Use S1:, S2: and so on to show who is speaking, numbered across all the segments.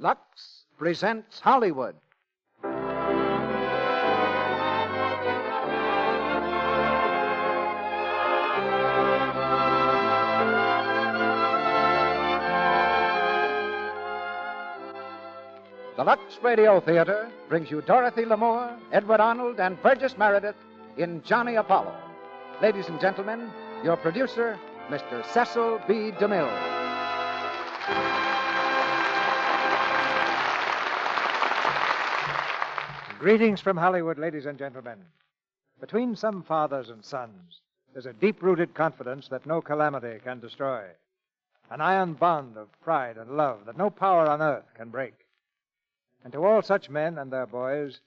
S1: Lux presents Hollywood. The Lux Radio Theater brings you Dorothy L'Amour, Edward Arnold, and Burgess Meredith in Johnny Apollo. Ladies and gentlemen, your producer, Mr. Cecil B. DeMille.
S2: Greetings from Hollywood, ladies and gentlemen. Between some fathers and sons, there's a deep rooted confidence that no calamity can destroy, an iron bond of pride and love that no power on earth can break. And to all such men and their boys,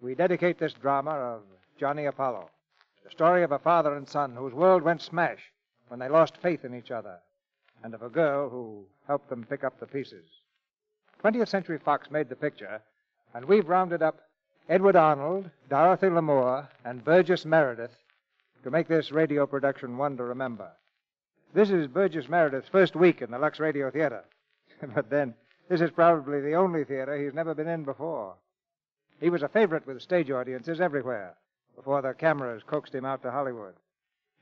S2: we dedicate this drama of Johnny Apollo, the story of a father and son whose world went smash when they lost faith in each other, and of a girl who helped them pick up the pieces. 20th Century Fox made the picture, and we've rounded up Edward Arnold, Dorothy L'Amour, and Burgess Meredith to make this radio production one to remember. This is Burgess Meredith's first week in the Lux Radio Theater. but then, this is probably the only theater he's never been in before. He was a favorite with stage audiences everywhere before the cameras coaxed him out to Hollywood.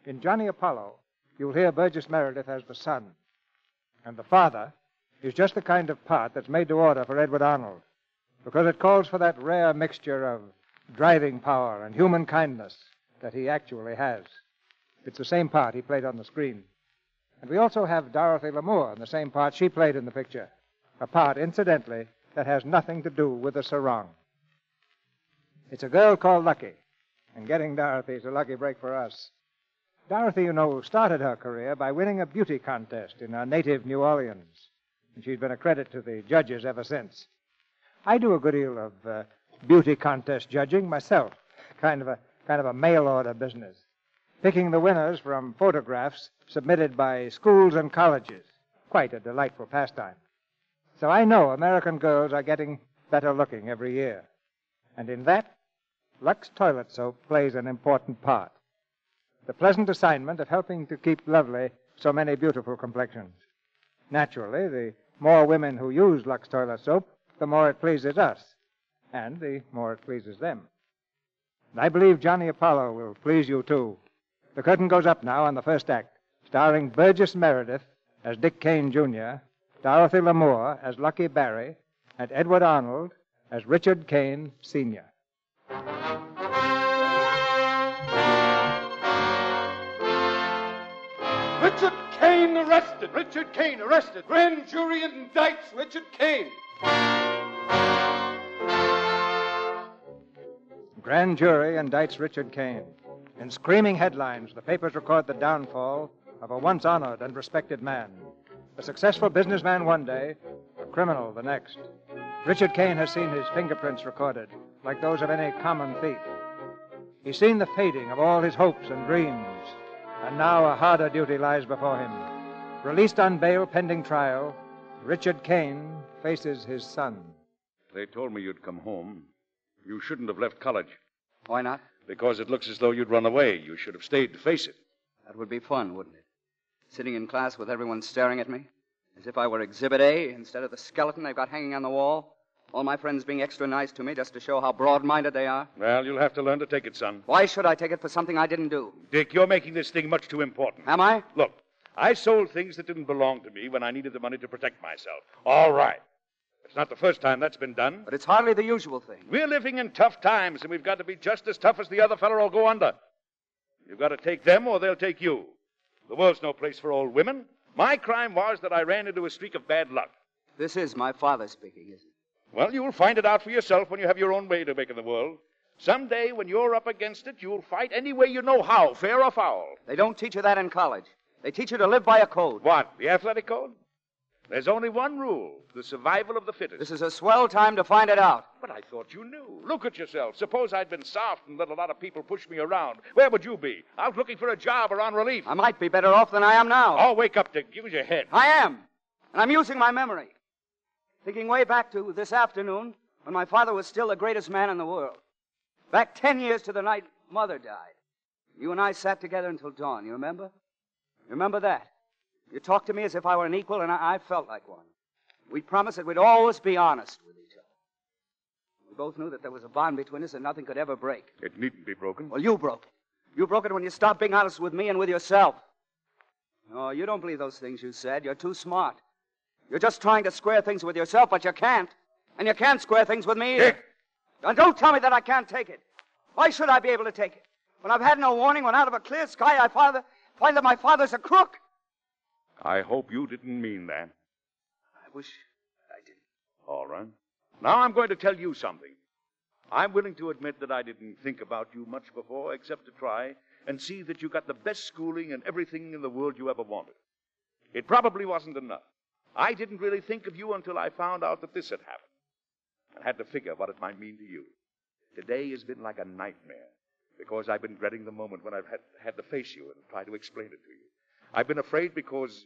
S2: In Johnny Apollo, you'll hear Burgess Meredith as the son. And the father is just the kind of part that's made to order for Edward Arnold because it calls for that rare mixture of driving power and human kindness that he actually has. It's the same part he played on the screen. And we also have Dorothy L'Amour in the same part she played in the picture, a part, incidentally, that has nothing to do with the sarong. It's a girl called Lucky, and getting Dorothy is a lucky break for us. Dorothy, you know, started her career by winning a beauty contest in her native New Orleans, and she's been a credit to the judges ever since. I do a good deal of uh, beauty contest judging myself, kind of a kind of a mail order business, picking the winners from photographs submitted by schools and colleges. Quite a delightful pastime. So I know American girls are getting better looking every year, and in that, Lux toilet soap plays an important part. The pleasant assignment of helping to keep lovely so many beautiful complexions. Naturally, the more women who use Lux toilet soap, the more it pleases us, and the more it pleases them. And I believe Johnny Apollo will please you, too. The curtain goes up now on the first act, starring Burgess Meredith as Dick Kane, Jr., Dorothy L'Amour as Lucky Barry, and Edward Arnold as Richard Kane, Sr.
S3: Richard Kane arrested. Richard Kane arrested. Grand jury indicts Richard Kane.
S2: Grand jury indicts Richard Kane. In screaming headlines, the papers record the downfall of a once honored and respected man. A successful businessman one day, a criminal the next. Richard Kane has seen his fingerprints recorded, like those of any common thief. He's seen the fading of all his hopes and dreams, and now a harder duty lies before him. Released on bail pending trial, Richard Kane faces his son.
S4: They told me you'd come home. You shouldn't have left college
S5: Why not?
S4: because it looks as though you'd run away. You should have stayed to face it.
S5: That would be fun, wouldn't it? Sitting in class with everyone staring at me, as if I were Exhibit A instead of the skeleton they've got hanging on the wall. All my friends being extra nice to me just to show how broad minded they are.
S4: Well, you'll have to learn to take it, son.
S5: Why should I take it for something I didn't do?
S4: Dick, you're making this thing much too important.
S5: Am I?
S4: Look, I sold things that didn't belong to me when I needed the money to protect myself. All right. It's not the first time that's been done.
S5: But it's hardly the usual thing.
S4: We're living in tough times, and we've got to be just as tough as the other fellow or go under. You've got to take them or they'll take you. The world's no place for old women. My crime was that I ran into a streak of bad luck.
S5: This is my father speaking, isn't it?
S4: Well, you'll find it out for yourself when you have your own way to make in the world. Someday, when you're up against it, you'll fight any way you know how, fair or foul.
S5: They don't teach you that in college. They teach you to live by a code.
S4: What? The athletic code? There's only one rule the survival of the fittest.
S5: This is a swell time to find it out.
S4: But I thought you knew. Look at yourself. Suppose I'd been soft and let a lot of people push me around. Where would you be? Out looking for a job or on relief?
S5: I might be better off than I am now.
S4: Oh, wake up, Dick. Give us your head.
S5: I am. And I'm using my memory. Thinking way back to this afternoon when my father was still the greatest man in the world. Back ten years to the night Mother died. You and I sat together until dawn, you remember? Remember that. You talked to me as if I were an equal, and I, I felt like one. We promised that we'd always be honest with each other. We both knew that there was a bond between us that nothing could ever break.
S4: It needn't be broken.
S5: Well, you broke it. You broke it when you stopped being honest with me and with yourself. No, you don't believe those things you said. You're too smart. You're just trying to square things with yourself, but you can't. And you can't square things with me either.
S4: Dick!
S5: And don't tell me that I can't take it. Why should I be able to take it? When I've had no warning, when out of a clear sky I father, find that my father's a crook.
S4: I hope you didn't mean that.
S5: I wish I didn't.
S4: All right. Now I'm going to tell you something. I'm willing to admit that I didn't think about you much before, except to try and see that you got the best schooling and everything in the world you ever wanted. It probably wasn't enough. I didn't really think of you until I found out that this had happened and had to figure what it might mean to you. Today has been like a nightmare because I've been dreading the moment when I've had, had to face you and try to explain it to you. I've been afraid because,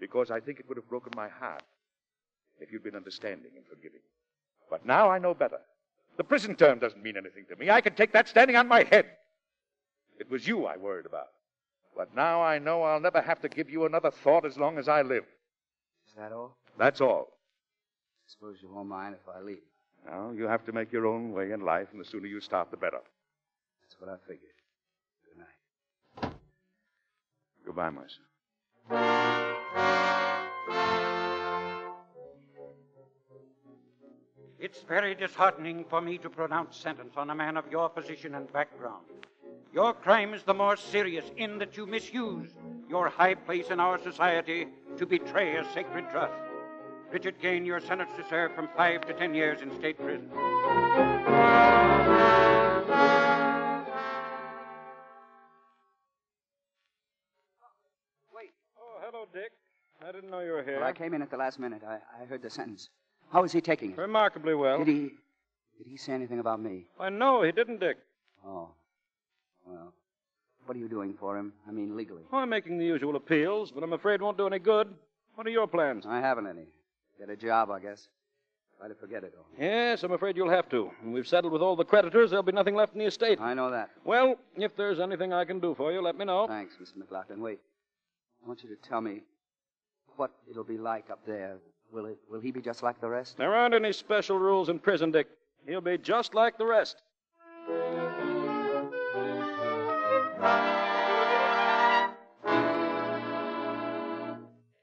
S4: because I think it would have broken my heart if you'd been understanding and forgiving. But now I know better. The prison term doesn't mean anything to me. I can take that standing on my head. It was you I worried about. But now I know I'll never have to give you another thought as long as I live.
S5: Is that all?
S4: That's all.
S5: I suppose you won't mind if I leave.
S4: Now you have to make your own way in life, and the sooner you start, the better.
S5: That's what I figured. Good night.
S4: Goodbye, my son.
S6: It's very disheartening for me to pronounce sentence on a man of your position and background. Your crime is the more serious in that you misuse your high place in our society to betray a sacred trust. Richard Kane, you're sentenced to serve from five to ten years in state prison.
S3: Oh, hello, Dick. I didn't know you were here.
S5: Well, I came in at the last minute. I, I heard the sentence. How is he taking it?
S3: Remarkably well.
S5: Did he did he say anything about me?
S3: Why, no, he didn't, Dick.
S5: Oh. Well. What are you doing for him? I mean legally.
S3: Oh, I'm making the usual appeals, but I'm afraid it won't do any good. What are your plans?
S5: I haven't any. Get a job, I guess. Try to forget it all.
S3: Yes, I'm afraid you'll have to. When We've settled with all the creditors. There'll be nothing left in the estate.
S5: I know that.
S3: Well, if there's anything I can do for you, let me know.
S5: Thanks, Mr. McLaughlin. Wait. I want you to tell me what it'll be like up there. Will it will he be just like the rest?
S3: There aren't any special rules in prison, Dick. He'll be just like the rest.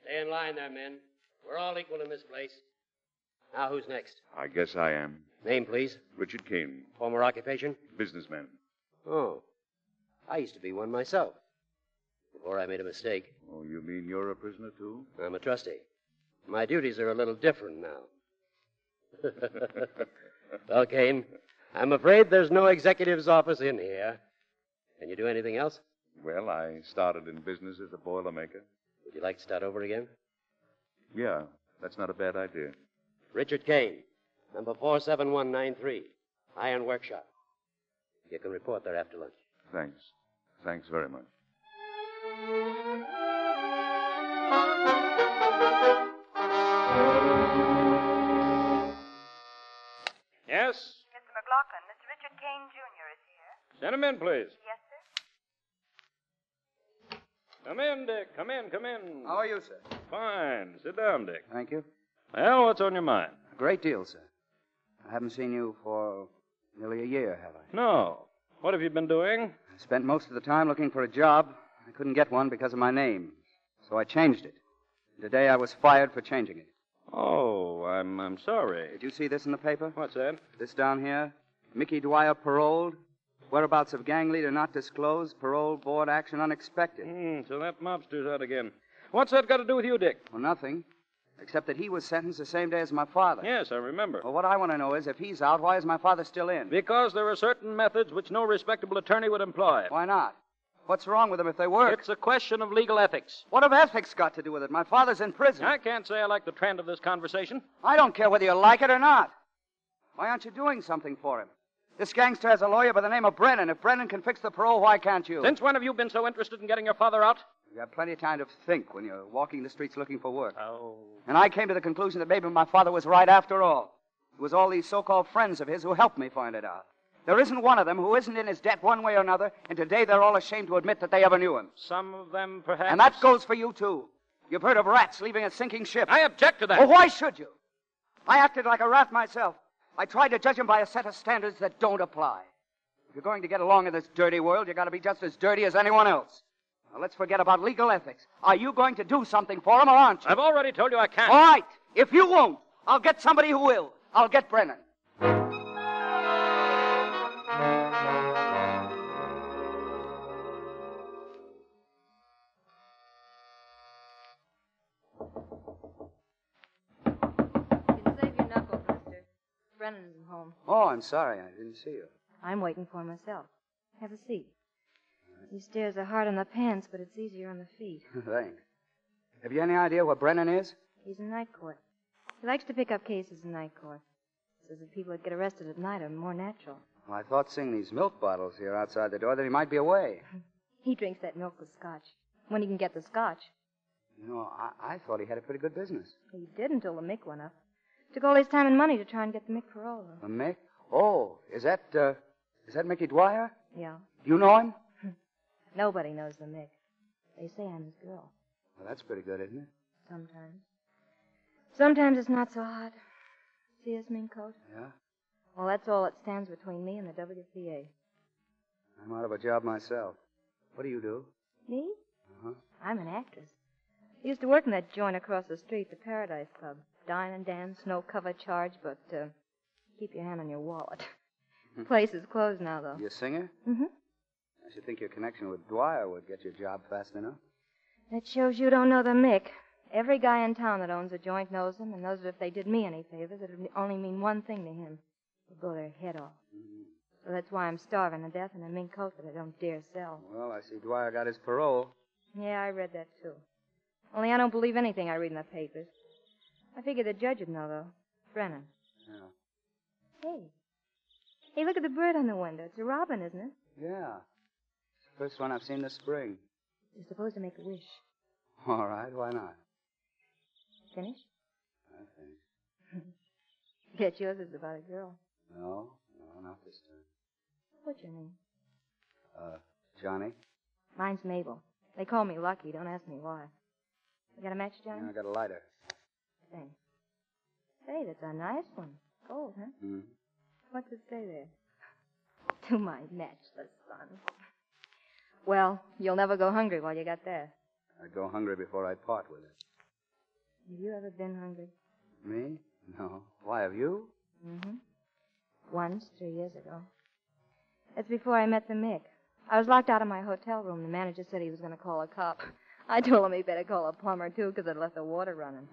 S7: Stay in line there, men. We're all equal in this place. Now, who's next?
S4: I guess I am.
S7: Name, please.
S4: Richard Kane,
S7: Former occupation?
S4: businessman.
S7: Oh. I used to be one myself. Before I made a mistake.
S4: Oh, you mean you're a prisoner, too?
S7: I'm a trustee. My duties are a little different now. well, Kane, I'm afraid there's no executive's office in here. Can you do anything else?
S4: Well, I started in business as a boilermaker.
S7: Would you like to start over again?
S4: Yeah, that's not a bad idea.
S7: Richard Kane, number 47193, Iron Workshop. You can report there after lunch.
S4: Thanks. Thanks very much.
S3: Well,
S8: Yes?
S9: Mr. McLaughlin, Mr. Richard Kane Jr. is here.
S8: Send him in, please.
S9: Yes, sir.
S8: Come in, Dick. Come in, come in.
S5: How are you, sir?
S8: Fine. Sit down, Dick.
S5: Thank you.
S8: Well, what's on your mind?
S5: A great deal, sir. I haven't seen you for nearly a year, have I?
S8: No. What have you been doing?
S5: I spent most of the time looking for a job. I couldn't get one because of my name, so I changed it. Today I was fired for changing it.
S8: Oh, I'm I'm sorry.
S5: Did you see this in the paper?
S8: What's that?
S5: This down here. Mickey Dwyer paroled. Whereabouts of gang leader not disclosed. Parole board action unexpected.
S8: Hmm, so that mobster's out again. What's that got to do with you, Dick?
S5: Well, nothing. Except that he was sentenced the same day as my father.
S8: Yes, I remember.
S5: Well, what I want to know is if he's out, why is my father still in?
S8: Because there are certain methods which no respectable attorney would employ.
S5: Why not? What's wrong with them if they work?
S8: It's a question of legal ethics.
S5: What have ethics got to do with it? My father's in prison.
S8: I can't say I like the trend of this conversation.
S5: I don't care whether you like it or not. Why aren't you doing something for him? This gangster has a lawyer by the name of Brennan. If Brennan can fix the parole, why can't you?
S8: Since when have you been so interested in getting your father out?
S5: You have plenty of time to think when you're walking the streets looking for work.
S8: Oh.
S5: And I came to the conclusion that maybe my father was right after all. It was all these so called friends of his who helped me find it out. There isn't one of them who isn't in his debt one way or another, and today they're all ashamed to admit that they ever knew him.
S8: Some of them, perhaps.
S5: And that goes for you, too. You've heard of rats leaving a sinking ship.
S8: I object to that.
S5: Well, why should you? I acted like a rat myself. I tried to judge him by a set of standards that don't apply. If you're going to get along in this dirty world, you've got to be just as dirty as anyone else. Now, let's forget about legal ethics. Are you going to do something for him or aren't you?
S8: I've already told you I can't.
S5: All right. If you won't, I'll get somebody who will. I'll get Brennan.
S10: You'd save your knuckle duster. Brennan isn't home.
S5: Oh, I'm sorry. I didn't see you.
S10: I'm waiting for him myself. Have a seat. These stairs are hard on the pants, but it's easier on the feet.
S5: Thanks. Have you any idea where Brennan is?
S10: He's in night court. He likes to pick up cases in night court. Says that people that get arrested at night are more natural.
S5: Well, I thought seeing these milk bottles here outside the door that he might be away.
S10: He drinks that milk with scotch. When he can get the scotch.
S5: You know, I, I thought he had a pretty good business.
S10: He did until the Mick went up. Took all his time and money to try and get the Mick parole.
S5: A Mick? Oh, is that, uh, is that Mickey Dwyer?
S10: Yeah.
S5: Do you know him?
S10: Nobody knows the Mick. They say I'm his girl.
S5: Well, that's pretty good, isn't it?
S10: Sometimes. Sometimes it's not so hot. See his mink coat?
S5: Yeah.
S10: Well, that's all that stands between me and the WPA.
S5: I'm out of a job myself. What do you do?
S10: Me?
S5: Uh-huh.
S10: I'm an actress. I used to work in that joint across the street, the Paradise Club. Dine and dance, no cover charge, but uh, keep your hand on your wallet. Place is closed now, though.
S5: You a singer?
S10: Mm-hmm.
S5: I should think your connection with Dwyer would get your job fast enough.
S10: That shows you don't know the Mick. Every guy in town that owns a joint knows him and knows that if they did me any favors, it would only mean one thing to him. It'd blow their head off. So that's why I'm starving to death in a mink coat that I don't dare sell.
S5: Well, I see Dwyer got his parole.
S10: Yeah, I read that too. Only I don't believe anything I read in the papers. I figure the judge would know, though. Brennan.
S5: Yeah.
S10: Hey. Hey, look at the bird on the window. It's a robin, isn't it?
S5: Yeah. It's the first one I've seen this spring.
S10: You're supposed to make a wish.
S5: All right, why not?
S10: Finish?
S5: I think.
S10: Get yours is about a girl.
S5: No, no, not this time.
S10: What's your name?
S5: Uh, Johnny?
S10: Mine's Mabel. They call me Lucky. Don't ask me why. You got a match, Johnny?
S5: Yeah, I got a lighter.
S10: Thanks. Say, that's a nice one. Cold, huh?
S5: Mm.
S6: Mm-hmm.
S10: What's it say there? To my matchless son. Well, you'll never go hungry while you got that.
S5: I'd go hungry before I'd part with it.
S10: Have you ever been hungry?
S5: Me? No. Why, have you?
S10: Mm-hmm. Once, three years ago. That's before I met the Mick. I was locked out of my hotel room. The manager said he was going to call a cop. I told him he better call a plumber, too, because I'd left the water running.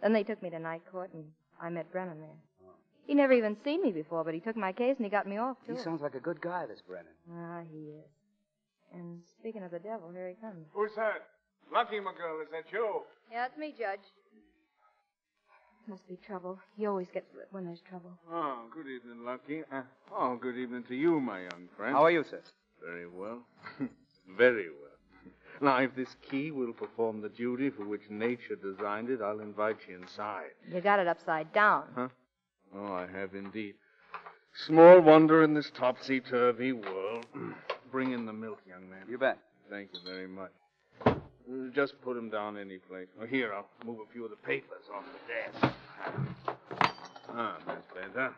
S10: then they took me to night court, and I met Brennan there.
S5: Oh.
S10: He never even seen me before, but he took my case and he got me off, too.
S5: He sounds like a good guy, this Brennan.
S10: Ah, he is. And speaking of the devil, here he comes.
S3: Who's that? Lucky McGill, is that you?
S10: Yeah, it's me, Judge. Must be trouble. He always gets it when there's trouble.
S11: Oh, good evening, Lucky. Uh, oh, good evening to you, my young friend.
S5: How are you, sir?
S11: Very well. Very well. Now, if this key will perform the duty for which nature designed it, I'll invite you inside.
S10: You got it upside down.
S11: Huh? Oh, I have indeed. Small wonder in this topsy turvy world. Bring in the milk, young man.
S5: You bet.
S11: Thank you very much. Uh, Just put 'em down any place. Oh, here, I'll move a few of the papers off the desk. Ah, that's better.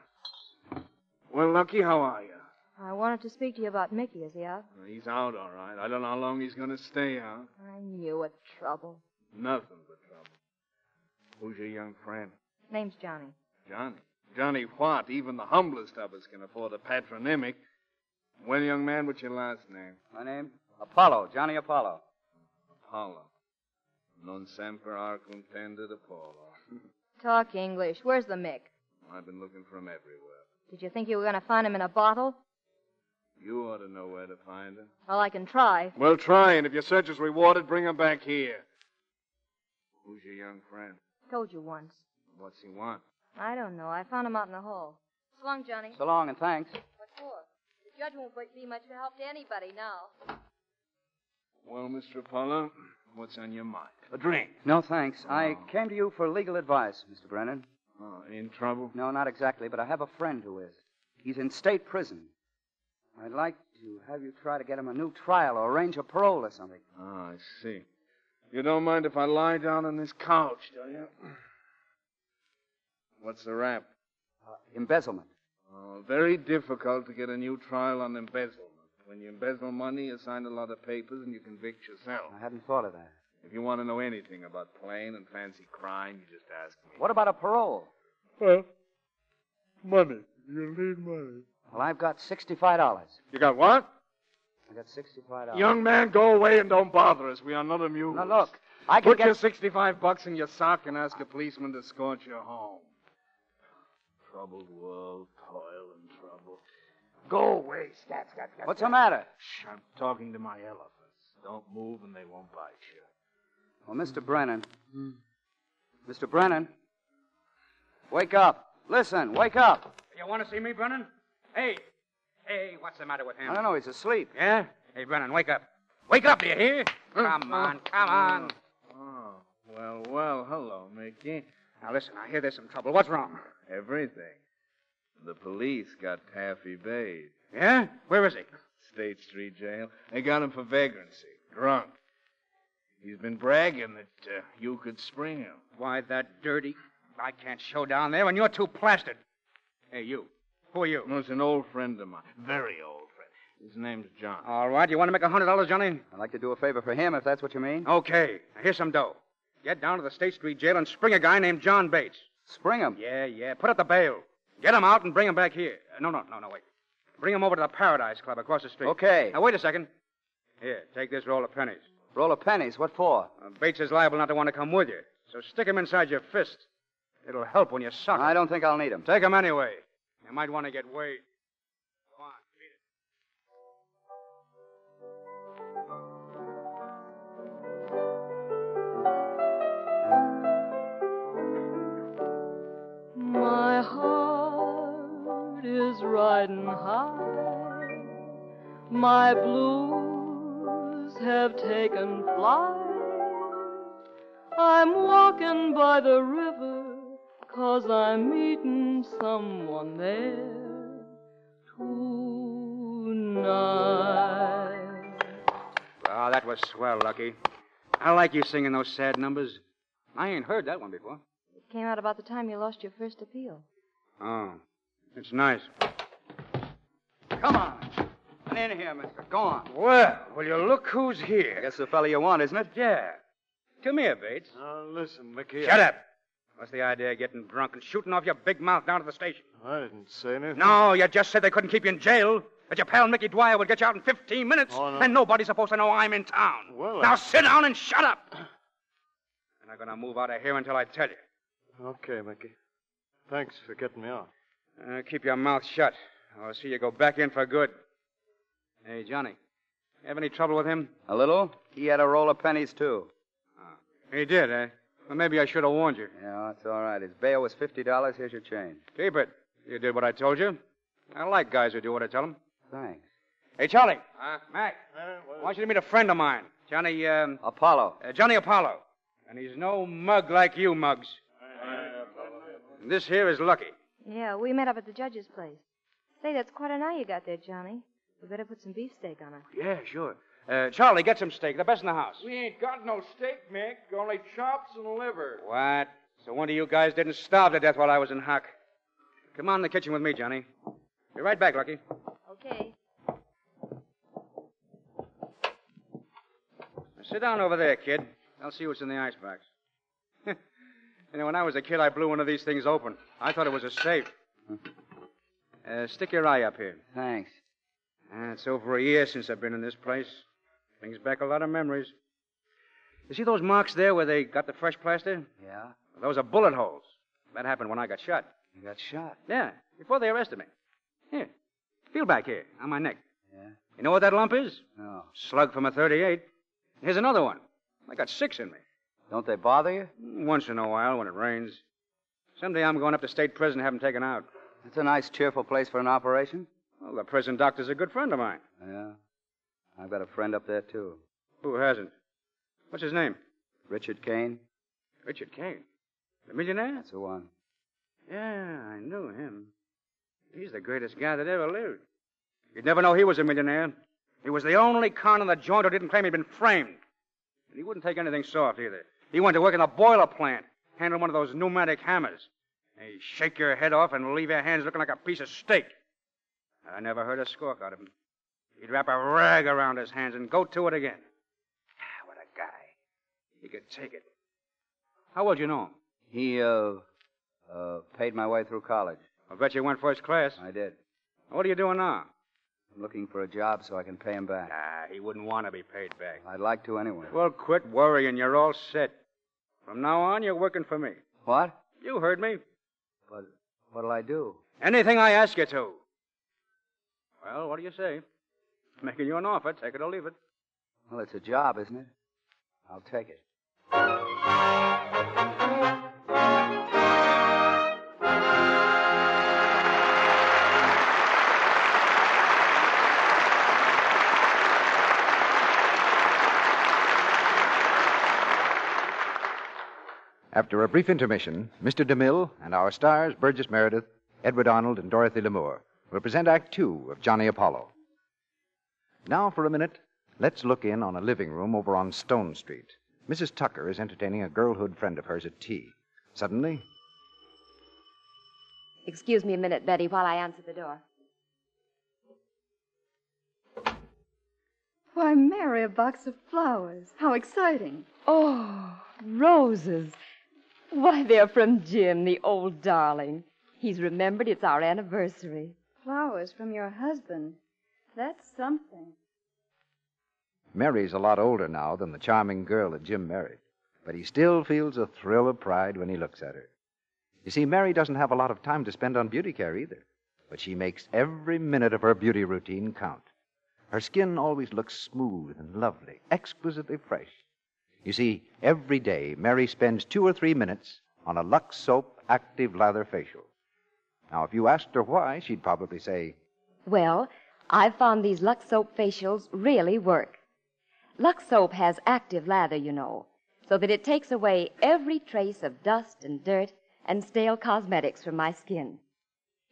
S11: Well, Lucky, how are you?
S10: I wanted to speak to you about Mickey. Is he out?
S11: Uh, He's out, all right. I don't know how long he's going to stay out.
S10: I knew what trouble.
S11: Nothing but trouble. Who's your young friend?
S10: Name's Johnny.
S11: Johnny. Johnny what? Even the humblest of us can afford a patronymic. Well, young man, what's your last name?
S5: My name? Apollo, Johnny Apollo.
S11: Apollo. Non semper arcum tendit Apollo.
S10: Talk English. Where's the Mick?
S11: I've been looking for him everywhere.
S10: Did you think you were going to find him in a bottle?
S11: You ought to know where to find her.
S10: Well, I can try.
S11: Well, try, and if your search is rewarded, bring her back here. Who's your young friend?
S10: Told you once.
S11: What's he want?
S10: I don't know. I found him out in the hall. So long, Johnny.
S5: So long and thanks.
S10: What for? The judge won't be much help to anybody now.
S11: Well, Mr. Apollo, what's on your mind? A drink.
S5: No, thanks. I came to you for legal advice, Mr. Brennan.
S11: Oh, in trouble?
S5: No, not exactly, but I have a friend who is. He's in state prison. I'd like to have you try to get him a new trial or arrange a parole or something.
S11: Ah, I see. You don't mind if I lie down on this couch, do you? What's the rap?
S5: Uh, embezzlement.
S11: Oh, very difficult to get a new trial on embezzlement. When you embezzle money, you sign a lot of papers and you convict yourself.
S5: I hadn't thought of that.
S11: If you want to know anything about plain and fancy crime, you just ask me.
S5: What about a parole?
S11: Well, money. You need money.
S5: Well, I've got sixty-five dollars.
S11: You got what?
S5: I got sixty-five dollars.
S11: Young man, go away and don't bother us. We are not amused.
S5: Now look, I can
S11: Put
S5: get
S11: your 65 bucks in your sock and ask a policeman to escort you home. Troubled world, toil and trouble. Go away, scat, scat, scat.
S5: What's
S11: scat.
S5: the matter?
S11: Shh, I'm talking to my elephants. Don't move and they won't bite you.
S5: Well, Mr. Brennan. Mr. Brennan. Wake up. Listen, wake up.
S6: You want to see me, Brennan? Hey. Hey, what's the matter with him?
S5: I don't know, he's asleep.
S6: Yeah? Hey, Brennan, wake up. Wake up, do you hear? Come on, come on.
S11: Oh, well, well, hello, Mickey.
S6: Now, listen, I hear there's some trouble. What's wrong?
S11: Everything. The police got Taffy Bade.
S6: Yeah? Where is he?
S11: State Street Jail. They got him for vagrancy, drunk. He's been bragging that uh, you could spring him.
S6: Why, that dirty. I can't show down there when you're too plastered. Hey, you. Who are you?
S11: No, it's an old friend of mine, very old friend. His name's John.
S6: All right, you want to make a hundred dollars, Johnny?
S5: I'd like to do a favor for him, if that's what you mean.
S6: Okay. Now, here's some dough. Get down to the State Street jail and spring a guy named John Bates.
S5: Spring him.
S6: Yeah, yeah. Put up the bail. Get him out and bring him back here. Uh, No, no, no, no, wait. Bring him over to the Paradise Club across the street.
S5: Okay.
S6: Now, wait a second. Here, take this roll of pennies.
S5: Roll of pennies. What for?
S6: Uh, Bates is liable not to want to come with you, so stick him inside your fist. It'll help when you suck him.
S5: I don't think I'll need him.
S6: Take him anyway. You might want to get weighed. Go on, beat it.
S12: My heart is riding high. My blues have taken flight. I'm walking by the river, cause I'm meeting someone there tonight.
S6: Well, Ah, that was swell, Lucky. I like you singing those sad numbers. I ain't heard that one before.
S10: It came out about the time you lost your first appeal.
S6: Oh, it's nice.
S5: Come on. Come in here, mister. Go on.
S6: Well, will you look who's
S5: I
S6: here?
S5: guess the fella you want, isn't it?
S6: Yeah. Come here, Bates.
S11: Uh, listen, Mickey.
S6: Shut up. What's the idea of getting drunk and shooting off your big mouth down to the station?
S11: I didn't say anything.
S6: No, you just said they couldn't keep you in jail. That your pal Mickey Dwyer would get you out in 15 minutes,
S11: Oh, no.
S6: and nobody's supposed to know I'm in town.
S11: Well,
S6: now
S11: I-
S6: sit down and shut up. and I'm going to move out of here until I tell you.
S11: Okay, Mickey. Thanks for getting me out.
S6: Uh, keep your mouth shut. I'll see you go back in for good. Hey, Johnny, you have any trouble with him?
S5: A little? He had a roll of pennies, too.
S6: He did, eh? Well, maybe I should have warned you.
S5: Yeah, that's all right. His bail was $50. Here's your change.
S6: Keep it. You did what I told you. I like guys who do what I tell them.
S5: Thanks.
S6: Hey, Charlie. Uh, Mac. I want you to meet a friend of mine, Johnny. Um,
S5: Apollo.
S6: uh, Johnny Apollo. And he's no mug like you mugs. And this here is Lucky.
S10: Yeah, we met up at the judge's place.
S13: Say, that's quite an eye you got there, Johnny. We better put some beefsteak on it.
S6: Yeah, sure. Uh, Charlie, get some steak, the best in the house.
S8: We ain't got no steak, Mick. Only chops and liver.
S6: What? So one of you guys didn't starve to death while I was in hock. Come on in the kitchen with me, Johnny. Be right back, Lucky.
S13: Okay.
S6: Now, sit down over there, kid. I'll see what's in the icebox. you know, when I was a kid, I blew one of these things open. I thought it was a safe. Uh, stick your eye up here.
S14: Thanks.
S6: Ah, it's over a year since I've been in this place. Brings back a lot of memories. You see those marks there where they got the fresh plaster?
S14: Yeah?
S6: Those are bullet holes. That happened when I got shot.
S14: You got shot.
S6: Yeah, before they arrested me. Here, feel back here on my neck.
S14: Yeah?
S6: You know what that lump is?
S14: No.
S6: Slug from a 38. Here's another one. I got six in me.
S14: Don't they bother you?
S6: Once in a while when it rains. Someday I'm going up to state prison and have them taken out.
S14: It's a nice, cheerful place for an operation.
S6: Well, the prison doctor's a good friend of mine.
S14: Yeah. I've got a friend up there, too.
S6: Who hasn't? What's his name?
S14: Richard Kane.
S6: Richard Kane. The millionaire?
S14: That's the one.
S6: Yeah, I knew him. He's the greatest guy that ever lived. You'd never know he was a millionaire. He was the only con in the joint who didn't claim he'd been framed. And he wouldn't take anything soft either. He went to work in a boiler plant, handling one of those pneumatic hammers. They shake your head off and leave your hands looking like a piece of steak. I never heard a squawk out of him. He'd wrap a rag around his hands and go to it again. Ah, what a guy. He could take it. How well do you know him?
S14: He, uh, uh, paid my way through college.
S6: I bet you went first class.
S14: I did.
S6: What are you doing now?
S14: I'm looking for a job so I can pay him back.
S6: Ah, he wouldn't want to be paid back.
S14: I'd like to anyway.
S6: Well, quit worrying. You're all set. From now on, you're working for me.
S14: What?
S6: You heard me.
S14: But what'll I do?
S6: Anything I ask you to. Well, what do you say? Making you an offer, take it or leave it.
S14: Well, it's a job, isn't it? I'll take it.
S1: After a brief intermission, Mr. DeMille and our stars, Burgess Meredith, Edward Arnold, and Dorothy Lamour, will present Act Two of Johnny Apollo. Now, for a minute, let's look in on a living room over on Stone Street. Mrs. Tucker is entertaining a girlhood friend of hers at tea. Suddenly,
S15: Excuse me a minute, Betty, while I answer the door.
S10: Why, Mary, a box of flowers. How exciting. Oh, roses. Why, they're from Jim, the old darling. He's remembered it's our anniversary.
S16: Flowers from your husband. That's something.
S1: Mary's a lot older now than the charming girl that Jim married, but he still feels a thrill of pride when he looks at her. You see, Mary doesn't have a lot of time to spend on beauty care either, but she makes every minute of her beauty routine count. Her skin always looks smooth and lovely, exquisitely fresh. You see, every day Mary spends two or three minutes on a Lux Soap active lather facial. Now, if you asked her why, she'd probably say,
S15: Well, I've found these Lux Soap facials really work. Lux Soap has active lather, you know, so that it takes away every trace of dust and dirt and stale cosmetics from my skin.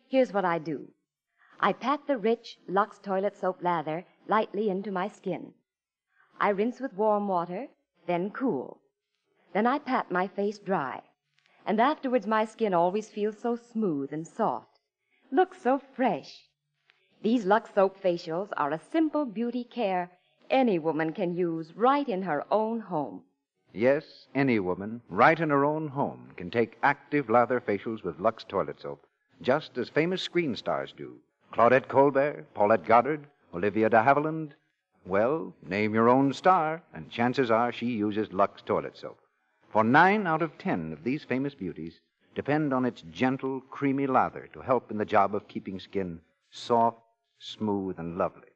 S15: Here's what I do I pat the rich Lux toilet soap lather lightly into my skin. I rinse with warm water, then cool. Then I pat my face dry. And afterwards, my skin always feels so smooth and soft, looks so fresh. These Lux Soap facials are a simple beauty care any woman can use right in her own home.
S1: Yes, any woman, right in her own home, can take active lather facials with Lux toilet soap, just as famous screen stars do. Claudette Colbert, Paulette Goddard, Olivia de Havilland. Well, name your own star, and chances are she uses Lux toilet soap. For nine out of ten of these famous beauties depend on its gentle, creamy lather to help in the job of keeping skin soft, smooth, and lovely.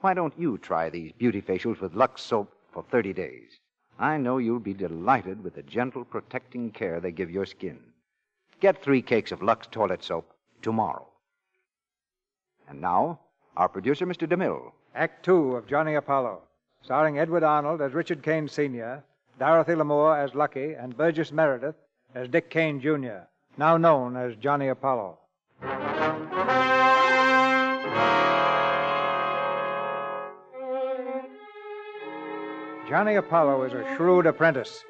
S1: Why don't you try these beauty facials with Lux soap for 30 days? I know you'll be delighted with the gentle, protecting care they give your skin. Get three cakes of Lux toilet soap tomorrow. And now, our producer, Mr. DeMille.
S2: Act Two of Johnny Apollo, starring Edward Arnold as Richard Kane Sr., Dorothy Lamour as Lucky, and Burgess Meredith as Dick Kane Jr., now known as Johnny Apollo. Johnny Apollo is a shrewd apprentice.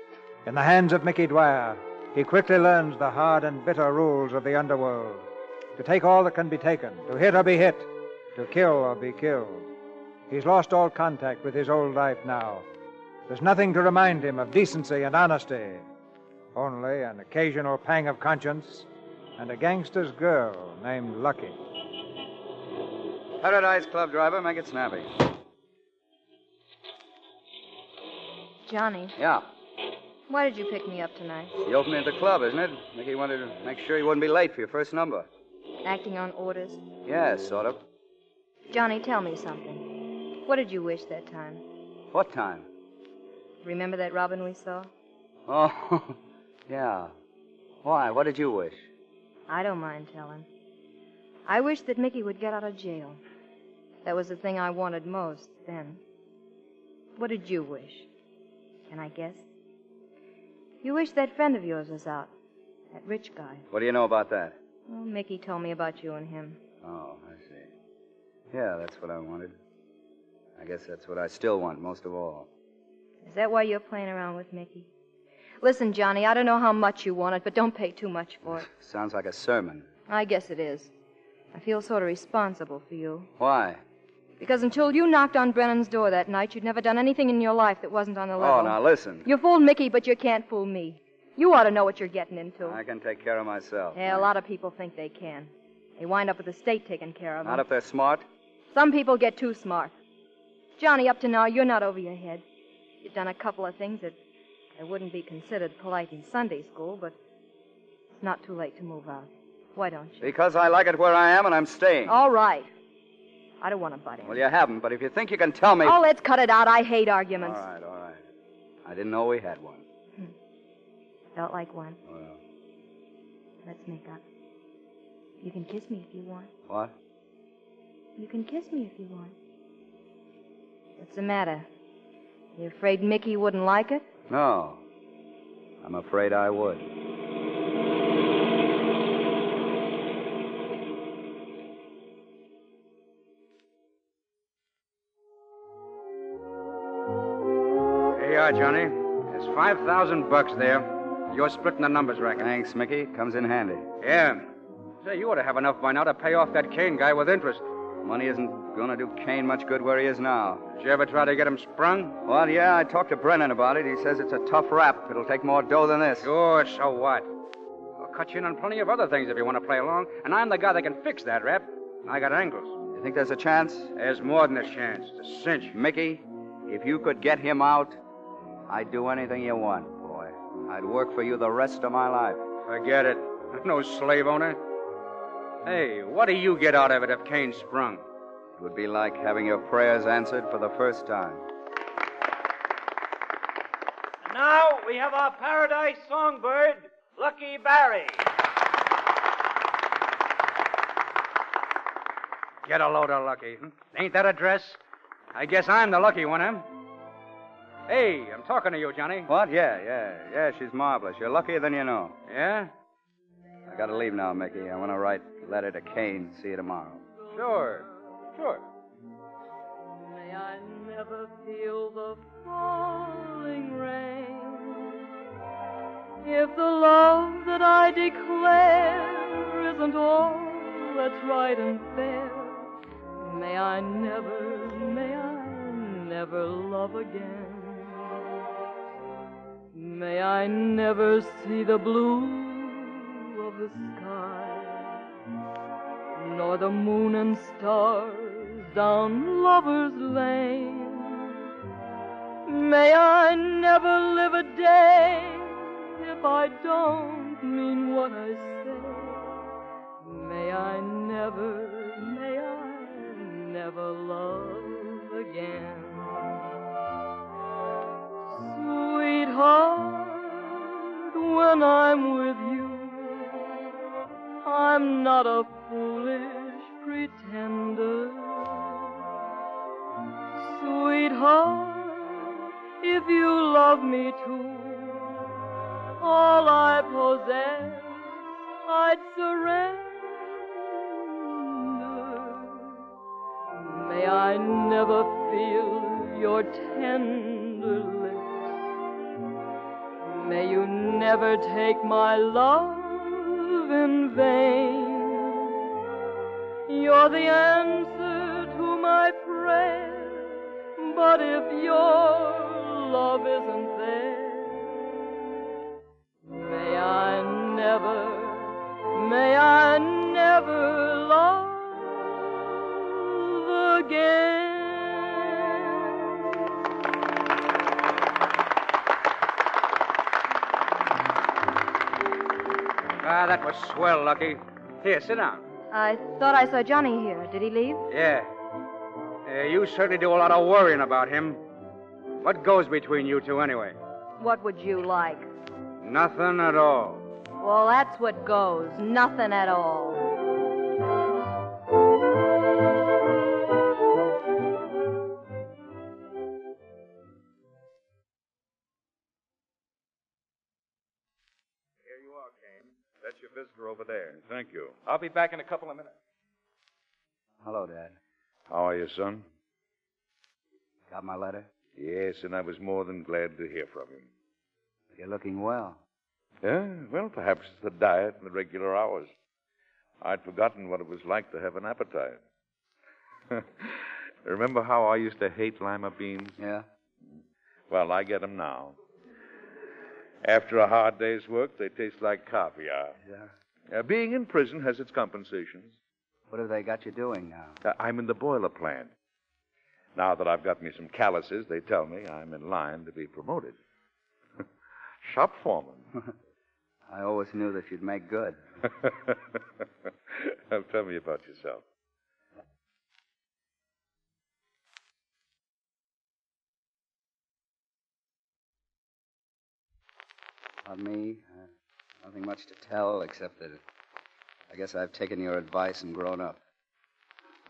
S2: In the hands of Mickey Dwyer, he quickly learns the hard and bitter rules of the underworld to take all that can be taken, to hit or be hit, to kill or be killed. He's lost all contact with his old life now. There's nothing to remind him of decency and honesty, only an occasional pang of conscience and a gangster's girl named Lucky.
S14: Paradise Club driver, make it snappy.
S10: Johnny,
S14: Yeah.
S10: why did you pick me up tonight?
S14: The opening at the club, isn't it? Mickey wanted to make sure you wouldn't be late for your first number.
S10: Acting on orders?
S14: Yeah, sort of.
S10: Johnny, tell me something. What did you wish that time?
S14: What time?
S10: Remember that robin we saw?
S14: Oh, yeah. Why? What did you wish?
S10: I don't mind telling. I wished that Mickey would get out of jail. That was the thing I wanted most then. What did you wish? Can I guess? You wished that friend of yours was out. That rich guy.
S14: What do you know about that?
S10: Well, Mickey told me about you and him.
S14: Oh, I see. Yeah, that's what I wanted. I guess that's what I still want most of all.
S10: Is that why you're playing around with Mickey? Listen, Johnny, I don't know how much you want it, but don't pay too much for it.
S14: Sounds like a sermon.
S10: I guess it is. I feel sort of responsible for you.
S14: Why?
S10: Because until you knocked on Brennan's door that night, you'd never done anything in your life that wasn't on the level.
S14: Oh, now listen.
S10: You fooled Mickey, but you can't fool me. You ought to know what you're getting into.
S14: I can take care of myself.
S10: Yeah, a lot of people think they can. They wind up with the state taking care of them.
S14: Not if they're smart.
S10: Some people get too smart. Johnny, up to now, you're not over your head. You've done a couple of things that, that wouldn't be considered polite in Sunday school, but it's not too late to move out. Why don't you?
S14: Because I like it where I am and I'm staying.
S10: All right. I don't want to butt in.
S14: Well, you haven't, but if you think you can tell me.
S10: Oh, let's cut it out. I hate
S14: All
S10: arguments.
S14: right, all right. I didn't know we had one.
S10: Felt like one.
S14: Well,
S10: Let's make up. You can kiss me if you want.
S14: what?
S10: You can kiss me if you want. What's the matter? You afraid Mickey wouldn't like it?
S14: No. I'm afraid I would.
S17: Here you are, Johnny. There's 5,000 bucks there. You're splitting the numbers, Racket.
S14: Thanks, Mickey. Comes in handy.
S17: Yeah. Say, you ought to have enough by now to pay off that Kane guy with interest.
S14: Money isn't going to do Kane much good where he is now.
S17: Did you ever try to get him sprung?
S14: Well, yeah, I talked to Brennan about it. He says it's a tough rap. It'll take more dough than this.
S17: Sure, so what? I'll cut you in on plenty of other things if you want to play along, and I'm the guy that can fix that rap. I got angles.
S14: You think there's a chance?
S17: There's more than a chance. It's a cinch.
S14: Mickey, if you could get him out, I'd do anything you want, boy. I'd work for you the rest of my life.
S17: Forget it. I'm no slave owner. Hey, what do you get out of it if Kane's sprung?
S14: It would be like having your prayers answered for the first time.
S6: Now we have our paradise songbird, Lucky Barry.
S17: Get a load of lucky. hmm? Ain't that a dress? I guess I'm the lucky one, huh? Hey, I'm talking to you, Johnny.
S14: What? Yeah, yeah, yeah, she's marvelous. You're luckier than you know.
S17: Yeah?
S14: I gotta leave now, Mickey. I wanna write a letter to Kane. See you tomorrow.
S17: Sure. Sure.
S12: May I never feel the falling rain. If the love that I declare isn't all that's right and fair, may I never, may I never love again. May I never see the blue of the sky, nor the moon and stars down Lover's Lane. May I never live a day if I don't mean what I say. May I never, may I never love again. Sweetheart, when I'm with you, I'm not a foolish pretender. Sweetheart, if you love me too, all I possess I'd surrender. May I never feel your tender lips. May you never take my love in vain. You're the answer to my prayer, but if your love isn't there, may I never, may I never love again.
S17: Ah, that was swell, Lucky. Here, sit down.
S10: I thought I saw Johnny here. Did he leave?
S17: Yeah. Uh, you certainly do a lot of worrying about him. What goes between you two, anyway?
S10: What would you like?
S17: Nothing at all.
S10: Well, that's what goes. Nothing at all.
S4: Here you are, Kane. That's your visitor over there. Thank you.
S6: I'll be back in a couple of minutes.
S14: Hello, Dad.
S4: How are you, son?
S14: Got my letter?
S4: Yes, and I was more than glad to hear from him.
S14: You're looking well.
S4: Yeah, well, perhaps it's the diet and the regular hours. I'd forgotten what it was like to have an appetite. Remember how I used to hate lima beans?
S14: Yeah.
S4: Well, I get 'em now. After a hard day's work, they taste like caviar.
S14: Yeah.
S4: Uh, being in prison has its compensations.
S14: What have they got you doing now?
S4: Uh, I'm in the boiler plant. Now that I've got me some calluses, they tell me I'm in line to be promoted. Shop foreman.
S14: I always knew that you'd make good.
S4: Now, tell me about yourself.
S14: About me, uh, nothing much to tell except that I guess I've taken your advice and grown up.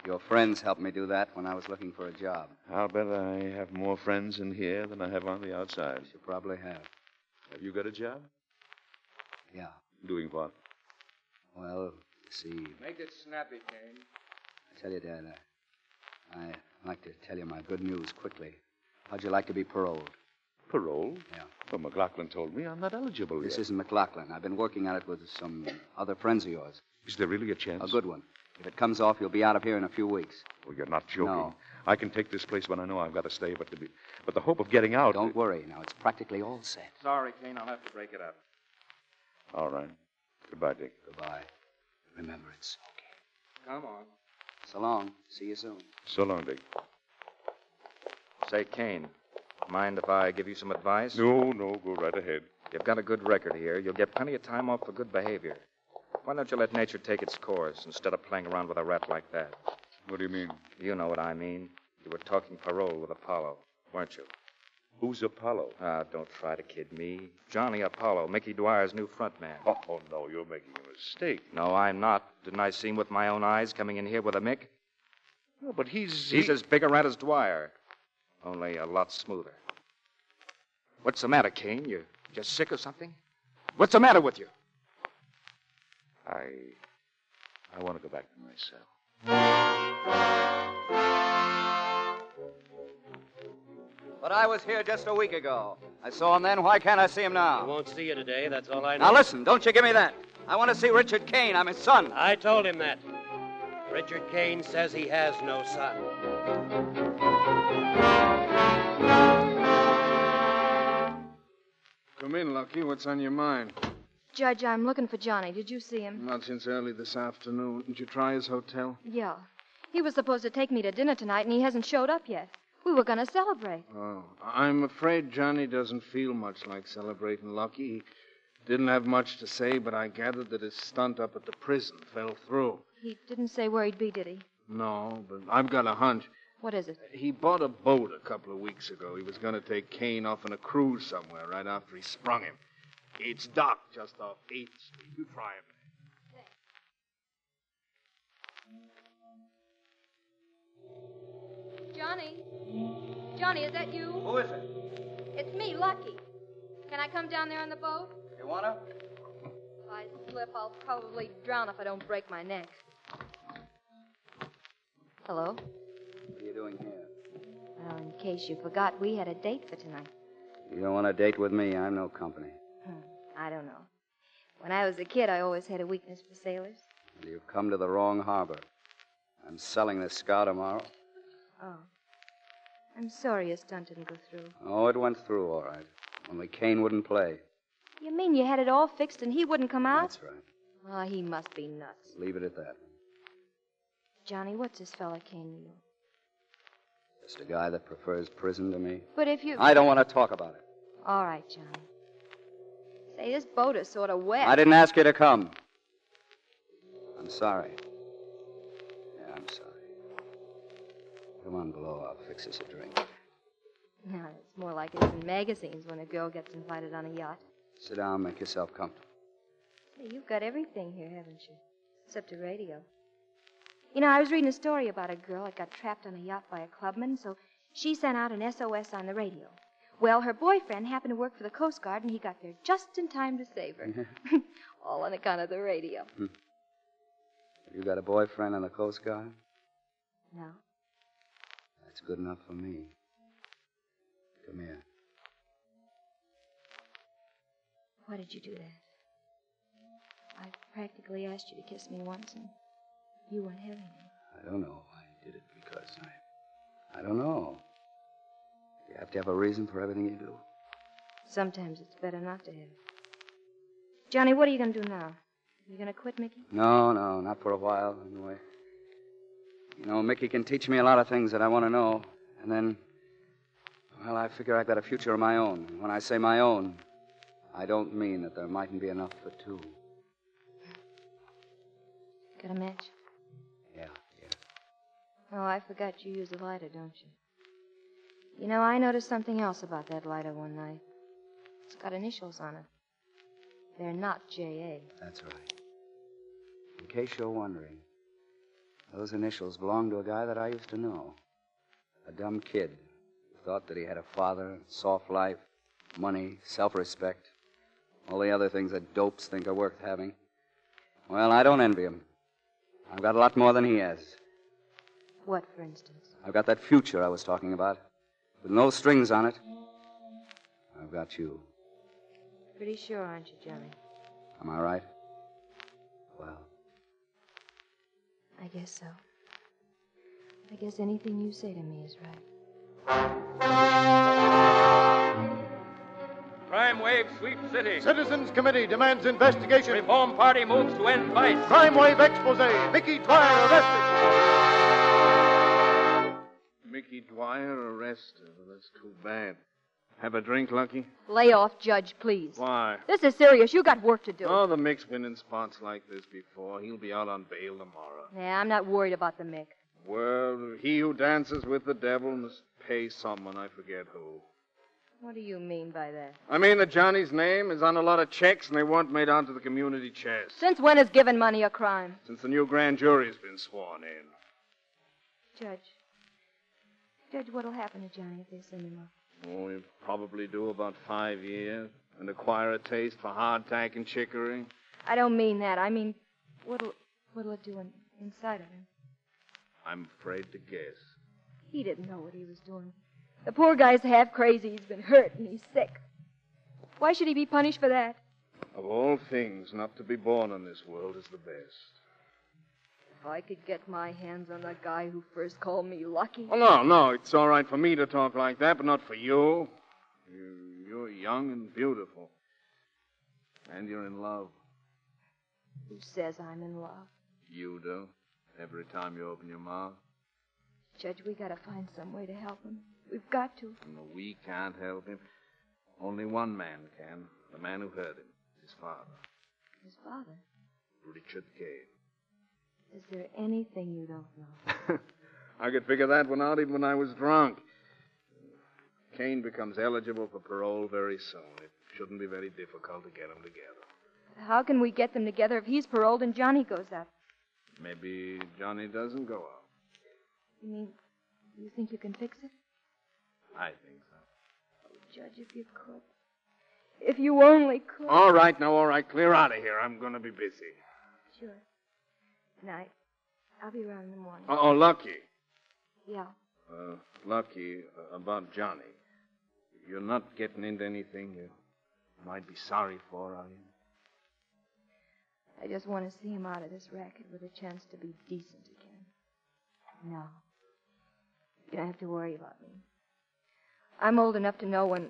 S14: Your friends helped me do that when I was looking for a job.
S4: I'll bet I have more friends in here than I have on the outside.
S14: You probably have.
S4: Have you got a job?
S14: Yeah.
S4: Doing what?
S14: Well, you see,
S11: Make it snappy, Kane.
S14: I tell you, Dad, I, I like to tell you my good news quickly. How'd you like to be paroled?
S4: Parole?
S14: Yeah.
S4: Well, McLaughlin told me I'm not eligible
S14: This
S4: yet.
S14: isn't McLaughlin. I've been working on it with some other friends of yours.
S4: Is there really a chance?
S14: A good one. If it comes off, you'll be out of here in a few weeks.
S4: Well, you're not joking.
S14: No.
S4: I can take this place when I know I've got to stay, but to be, but the hope of getting out.
S14: Don't worry. Now it's practically all set.
S11: Sorry, Kane, I'll have to break it up.
S4: All right. Goodbye, Dick.
S14: Goodbye. Remember, it's okay.
S11: Come on.
S14: So long. See you soon.
S4: So long, Dick.
S11: Say, Kane, mind if I give you some advice?
S4: No, no, go right ahead.
S11: You've got a good record here. You'll get plenty of time off for good behavior. Why don't you let nature take its course instead of playing around with a rat like that?
S4: What do you mean?
S11: You know what I mean. You were talking parole with Apollo, weren't you?
S4: Who's Apollo?
S11: Ah, don't try to kid me. Johnny Apollo, Mickey Dwyer's new front man.
S4: Oh, no, you're making a mistake.
S11: No, I'm not. Didn't I see him with my own eyes coming in here with a mick?
S4: No, but he's.
S11: He's as big a rat as Dwyer, only a lot smoother. What's the matter, Kane? You just sick or something? What's the matter with you?
S4: I. I want to go back to my cell.
S5: But I was here just a week ago. I saw him then. Why can't I see him
S7: I
S5: now?
S7: won't see you today, that's all I know.
S5: Now listen, don't you give me that. I want to see Richard Kane. I'm his son.
S7: I told him that. Richard Kane says he has no son.
S11: Come in, Lucky. What's on your mind?
S10: Judge, I'm looking for Johnny. Did you see him?
S11: Not since early this afternoon. Did you try his hotel?
S10: Yeah. He was supposed to take me to dinner tonight, and he hasn't showed up yet. We were going to celebrate.
S11: Oh, I'm afraid Johnny doesn't feel much like celebrating Lucky. He didn't have much to say, but I gathered that his stunt up at the prison fell through.
S10: He didn't say where he'd be, did he?
S11: No, but I've got a hunch.
S10: What is it?
S11: He bought a boat a couple of weeks ago. He was going to take Kane off on a cruise somewhere right after he sprung him. It's docked just off 8th Street. You try him.
S10: Johnny? Johnny, is that you?
S5: Who is it?
S10: It's me, Lucky. Can I come down there on the boat?
S5: You want to?
S10: If I slip, I'll probably drown if I don't break my neck. Hello?
S5: What are you doing here?
S10: Uh, Well, in case you forgot, we had a date for tonight.
S14: You don't want a date with me. I'm no company.
S10: I don't know. When I was a kid, I always had a weakness for sailors.
S14: And you've come to the wrong harbor. I'm selling this scow tomorrow.
S10: Oh. I'm sorry your stunt didn't go through.
S14: Oh, it went through all right. Only Kane wouldn't play.
S10: You mean you had it all fixed and he wouldn't come out?
S14: That's right.
S10: Oh, he must be nuts.
S14: Leave it at that.
S10: Johnny, what's this fella Kane you?
S14: Just a guy that prefers prison to me.
S10: But if you.
S14: I don't want to talk about it.
S10: All right, Johnny. Say, this boat is sort of wet.
S14: I didn't ask you to come. I'm sorry. Yeah, I'm sorry. Come on below. I'll fix us a drink.
S10: No, it's more like it's in magazines when a girl gets invited on a yacht.
S14: Sit down, make yourself comfortable.
S10: Say, you've got everything here, haven't you? Except a radio. You know, I was reading a story about a girl that got trapped on a yacht by a clubman, so she sent out an SOS on the radio. Well, her boyfriend happened to work for the Coast Guard, and he got there just in time to save her. All on account of the radio.
S14: Hmm. you got a boyfriend on the Coast Guard?
S10: No.
S14: That's good enough for me. Come here.
S10: Why did you do that? I practically asked you to kiss me once, and you weren't having it.
S14: I don't know. I did it because I. I don't know. You have to have a reason for everything you do.
S10: Sometimes it's better not to have it. Johnny, what are you going to do now? You going to quit, Mickey?
S14: No, no, not for a while, anyway. You know, Mickey can teach me a lot of things that I want to know. And then, well, I figure I got a future of my own. And when I say my own, I don't mean that there mightn't be enough for two.
S10: Got a match?
S14: Yeah.
S10: Oh, I forgot you use a lighter, don't you? You know, I noticed something else about that lighter one night. It's got initials on it. They're not J.A.
S14: That's right. In case you're wondering, those initials belong to a guy that I used to know. A dumb kid who thought that he had a father, soft life, money, self respect, all the other things that dopes think are worth having. Well, I don't envy him. I've got a lot more than he has.
S10: What, for instance?
S14: I've got that future I was talking about, with no strings on it. I've got you.
S10: Pretty sure, aren't you, Johnny?
S14: Am I right? Well,
S10: I guess so. I guess anything you say to me is right.
S6: Crime wave sweep city.
S3: Citizens Committee demands investigation.
S6: Reform party moves to end vice.
S3: Crime Wave expose. Mickey Dwyer arrested.
S11: Mickey Dwyer arrested. Well, that's too bad. Have a drink, Lucky?
S18: Lay off, Judge, please.
S11: Why?
S18: This is serious. You got work to do.
S11: Oh, the Mick's been in spots like this before. He'll be out on bail tomorrow.
S18: Yeah, I'm not worried about the Mick.
S11: Well, he who dances with the devil must pay someone. I forget who.
S10: What do you mean by that?
S11: I mean that Johnny's name is on a lot of checks, and they weren't made onto the community chest
S18: Since when is giving money a crime?
S11: since the new grand jury's been sworn in.
S10: Judge. Judge, what'll happen to Johnny if they send him off?
S11: Oh, he'll probably do about five years and acquire a taste for hardtack and chicory.
S10: I don't mean that. I mean, what'll what'll it do in, inside of him?
S11: I'm afraid to guess.
S10: He didn't know what he was doing. The poor guy's half crazy. He's been hurt and he's sick. Why should he be punished for that?
S11: Of all things not to be born in this world is the best.
S18: If I could get my hands on the guy who first called me lucky.
S11: Oh, no, no, it's all right for me to talk like that, but not for you. you you're young and beautiful. And you're in love.
S10: Who says I'm in love?
S11: You do. Every time you open your mouth.
S10: Judge, we gotta find some way to help him. We've got to.
S11: No, we can't help him. Only one man can. The man who hurt him. His father.
S10: His father.
S11: Richard Cave.
S10: Is there anything you don't know?
S11: I could figure that one out even when I was drunk. Kane becomes eligible for parole very soon. It shouldn't be very difficult to get him together.
S10: How can we get them together if he's paroled and Johnny goes out?
S11: Maybe Johnny doesn't go out.
S10: You mean you think you can fix it?
S11: I think so.
S10: Judge, if you could. If you only could.
S11: All right, now, all right. Clear out of here. I'm going to be busy.
S10: Sure.
S11: Uh,
S10: Night. I'll be around in the morning.
S11: Oh, Lucky.
S10: Yeah.
S11: Uh, Lucky, uh, about Johnny. You're not getting into anything you might be sorry for, are you?
S10: I just want to see him out of this racket with a chance to be decent again. No. You don't have to worry about me. I'm old enough to know when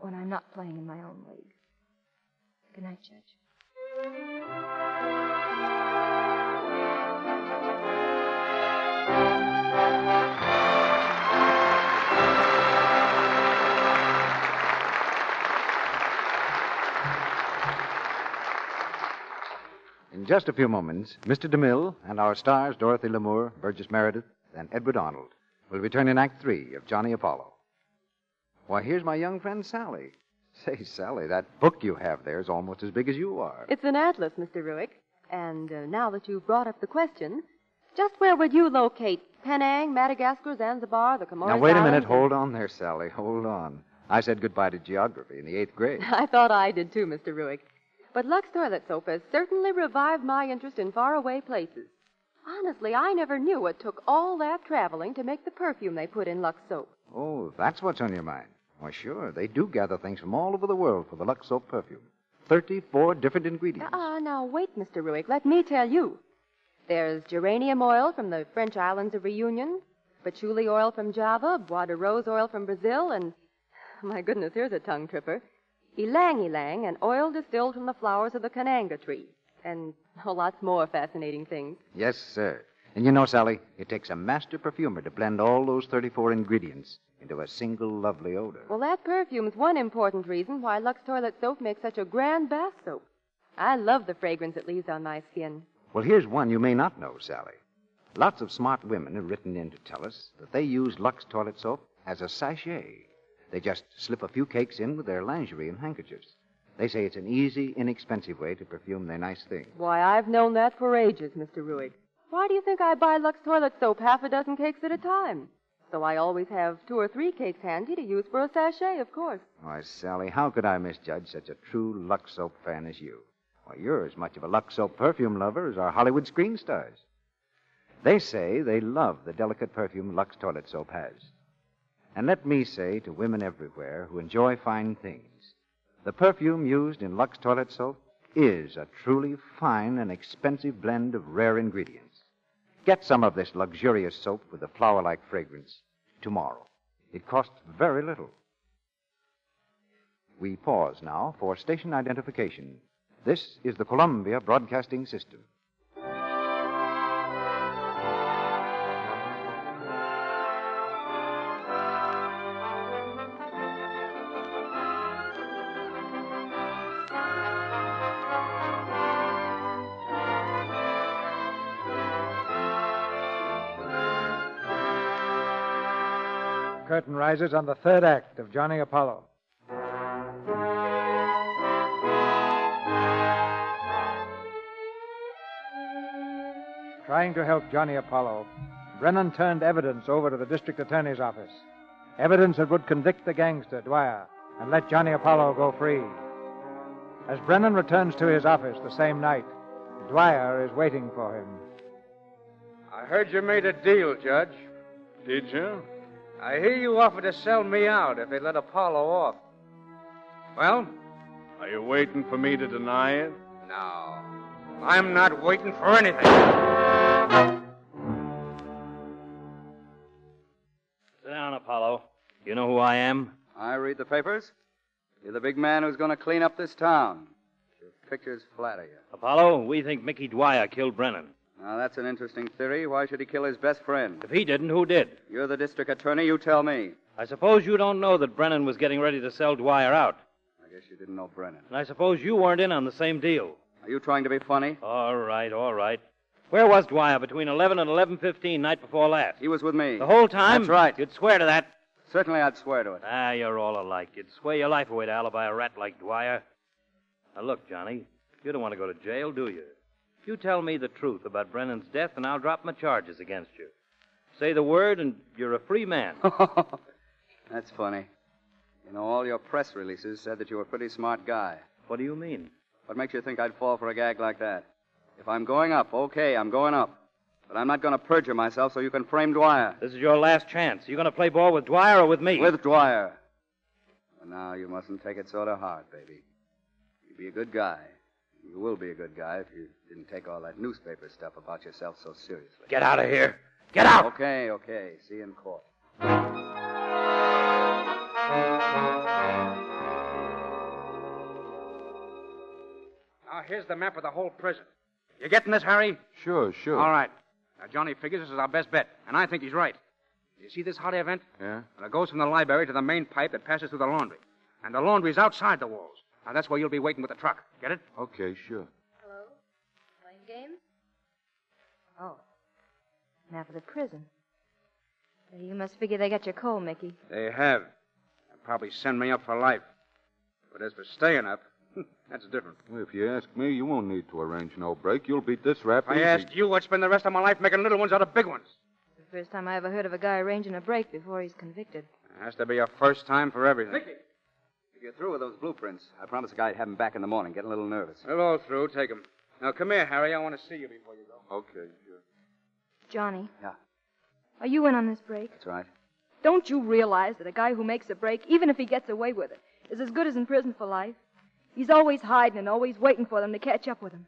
S10: when I'm not playing in my own league. Good night, Judge.
S1: In just a few moments, Mr. DeMille and our stars, Dorothy Lamour, Burgess Meredith, and Edward Arnold, will return in Act Three of Johnny Apollo. Why, here's my young friend Sally. Say, Sally, that book you have there is almost as big as you are.
S19: It's an atlas, Mr. Ruick. And uh, now that you've brought up the question, just where would you locate Penang, Madagascar, Zanzibar, the Comoros?
S1: now, wait a
S19: Islands,
S1: minute.
S19: and-
S1: Hold on there, Sally. Hold on. I said goodbye to geography in the eighth grade.
S19: I thought I did too, Mr. Ruick. But Lux Toilet Soap has certainly revived my interest in faraway places. Honestly, I never knew it took all that traveling to make the perfume they put in Lux Soap.
S1: Oh, that's what's on your mind. Why, sure, they do gather things from all over the world for the Lux Soap perfume. 34 different ingredients.
S19: Ah, now wait, Mr. Ruick. Let me tell you. There's geranium oil from the French islands of Reunion, patchouli oil from Java, bois de rose oil from Brazil, and my goodness, here's a tongue tripper. Ylang ylang, an oil distilled from the flowers of the cananga tree, and oh, lots more fascinating things.
S1: Yes, sir. And you know, Sally, it takes a master perfumer to blend all those 34 ingredients into a single lovely odor.
S19: Well, that perfume's one important reason why Lux Toilet Soap makes such a grand bath soap. I love the fragrance it leaves on my skin.
S1: Well, here's one you may not know, Sally. Lots of smart women have written in to tell us that they use Lux toilet soap as a sachet. They just slip a few cakes in with their lingerie and handkerchiefs. They say it's an easy, inexpensive way to perfume their nice things.
S19: Why, I've known that for ages, Mr. Ruig. Why do you think I buy Lux toilet soap half a dozen cakes at a time? So I always have two or three cakes handy to use for a sachet, of course.
S1: Why, Sally, how could I misjudge such a true Lux soap fan as you? Why, you're as much of a Lux soap perfume lover as our Hollywood screen stars. They say they love the delicate perfume Lux toilet soap has. And let me say to women everywhere who enjoy fine things, the perfume used in Lux toilet soap is a truly fine and expensive blend of rare ingredients. Get some of this luxurious soap with a flower like fragrance tomorrow. It costs very little. We pause now for station identification. This is the Columbia Broadcasting System.
S2: Curtain rises on the third act of Johnny Apollo. Trying to help Johnny Apollo, Brennan turned evidence over to the district attorney's office. Evidence that would convict the gangster, Dwyer, and let Johnny Apollo go free. As Brennan returns to his office the same night, Dwyer is waiting for him.
S17: I heard you made a deal, Judge.
S11: Did you?
S17: I hear you offered to sell me out if they let Apollo off. Well?
S11: Are you waiting for me to deny it?
S17: No. I'm not waiting for anything.
S8: Sit down, Apollo. You know who I am?
S5: I read the papers. You're the big man who's going to clean up this town. Your pictures flatter you.
S8: Apollo, we think Mickey Dwyer killed Brennan.
S5: Now, that's an interesting theory. Why should he kill his best friend?
S8: If he didn't, who did?
S5: You're the district attorney. You tell me.
S8: I suppose you don't know that Brennan was getting ready to sell Dwyer out.
S5: I guess you didn't know Brennan.
S8: And I suppose you weren't in on the same deal.
S5: Are you trying to be funny?
S8: All right, all right. Where was Dwyer between 11 and 11.15 night before last?
S5: He was with me.
S8: The whole time?
S5: That's right.
S8: You'd swear to that.
S5: Certainly I'd swear to it.
S8: Ah, you're all alike. You'd swear your life away to alibi a rat like Dwyer. Now, look, Johnny, you don't want to go to jail, do you? You tell me the truth about Brennan's death, and I'll drop my charges against you. Say the word, and you're a free man.
S5: That's funny. You know, all your press releases said that you were a pretty smart guy.
S8: What do you mean?
S5: What makes you think I'd fall for a gag like that? If I'm going up, okay, I'm going up. But I'm not going to perjure myself so you can frame Dwyer.
S8: This is your last chance. Are you going to play ball with Dwyer or with me?
S5: With Dwyer. But now you mustn't take it sort of hard, baby. You'd be a good guy. You will be a good guy if you didn't take all that newspaper stuff about yourself so seriously.
S8: Get out of here.
S5: Get out! Okay, okay. See you in court.
S6: Now, here's the map of the whole prison. You getting this, Harry?
S20: Sure, sure.
S6: All right. Now, Johnny figures this is our best bet, and I think he's right. You see this hot air vent?
S20: Yeah?
S6: Well, it goes from the library to the main pipe that passes through the laundry. And the laundry's outside the walls. Now, that's where you'll be waiting with the truck. Get it?
S20: Okay, sure.
S10: Hello? Playing games? Oh. Map of the prison. You must figure they got your coal, Mickey.
S6: They have. They'll probably send me up for life. But as for staying up, that's different.
S20: Well, If you ask me, you won't need to arrange no break. You'll beat this rap
S6: If I
S20: easy.
S6: asked you, I'd spend the rest of my life making little ones out of big ones.
S10: It's the first time I ever heard of a guy arranging a break before he's convicted.
S6: It has to be a first time for everything.
S5: Mickey! If you're through with those blueprints, I promise the guy I'd have him back in the morning. Getting a little nervous.
S6: They're all through. Take them. Now, come here, Harry. I want to see you before you go.
S20: Okay, sure.
S10: Johnny.
S5: Yeah.
S10: Are you in on this break?
S5: That's right.
S10: Don't you realize that a guy who makes a break, even if he gets away with it, is as good as in prison for life? He's always hiding and always waiting for them to catch up with him.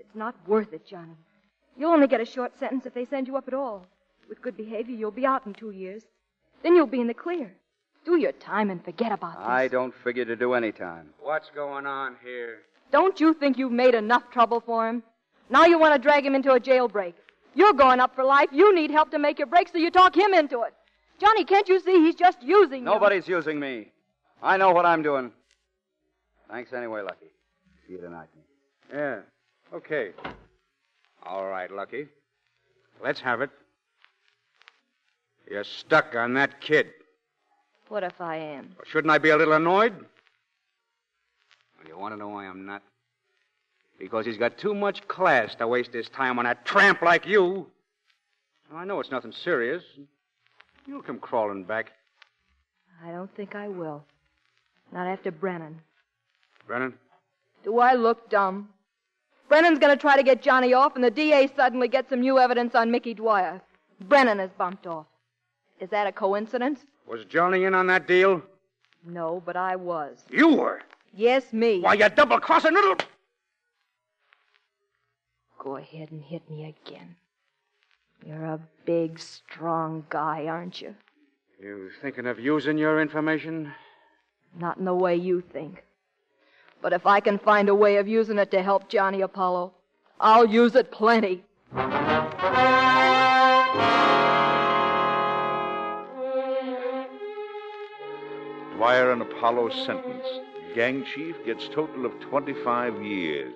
S10: It's not worth it, Johnny. You'll only get a short sentence if they send you up at all. With good behavior, you'll be out in two years. Then you'll be in the clear. Do your time and forget about this.
S5: I don't figure to do any time.
S6: What's going on here?
S10: Don't you think you've made enough trouble for him? Now you want to drag him into a jailbreak. You're going up for life. You need help to make your break, so you talk him into it. Johnny, can't you see he's just using you?
S5: Nobody's using me. I know what I'm doing. Thanks anyway, Lucky. See you tonight. Mickey.
S6: Yeah. Okay. All right, Lucky. Let's have it. You're stuck on that kid.
S10: What if I am?
S6: Well, shouldn't I be a little annoyed? Well, you want to know why I'm not? Because he's got too much class to waste his time on a tramp like you. Now, I know it's nothing serious. You'll come crawling back.
S10: I don't think I will. Not after Brennan.
S6: Brennan?
S10: Do I look dumb? Brennan's going to try to get Johnny off, and the DA suddenly gets some new evidence on Mickey Dwyer. Brennan is bumped off. Is that a coincidence?
S6: Was Johnny in on that deal?
S10: No, but I was.
S6: You were.
S10: Yes, me.
S6: Why, you double crossing little.
S10: Go ahead and hit me again. You're a big, strong guy, aren't you?
S6: You thinking of using your information?
S10: Not in the way you think. But if I can find a way of using it to help Johnny Apollo, I'll use it plenty.
S4: Dwyer and Apollo sentence. Gang chief gets total of 25 years.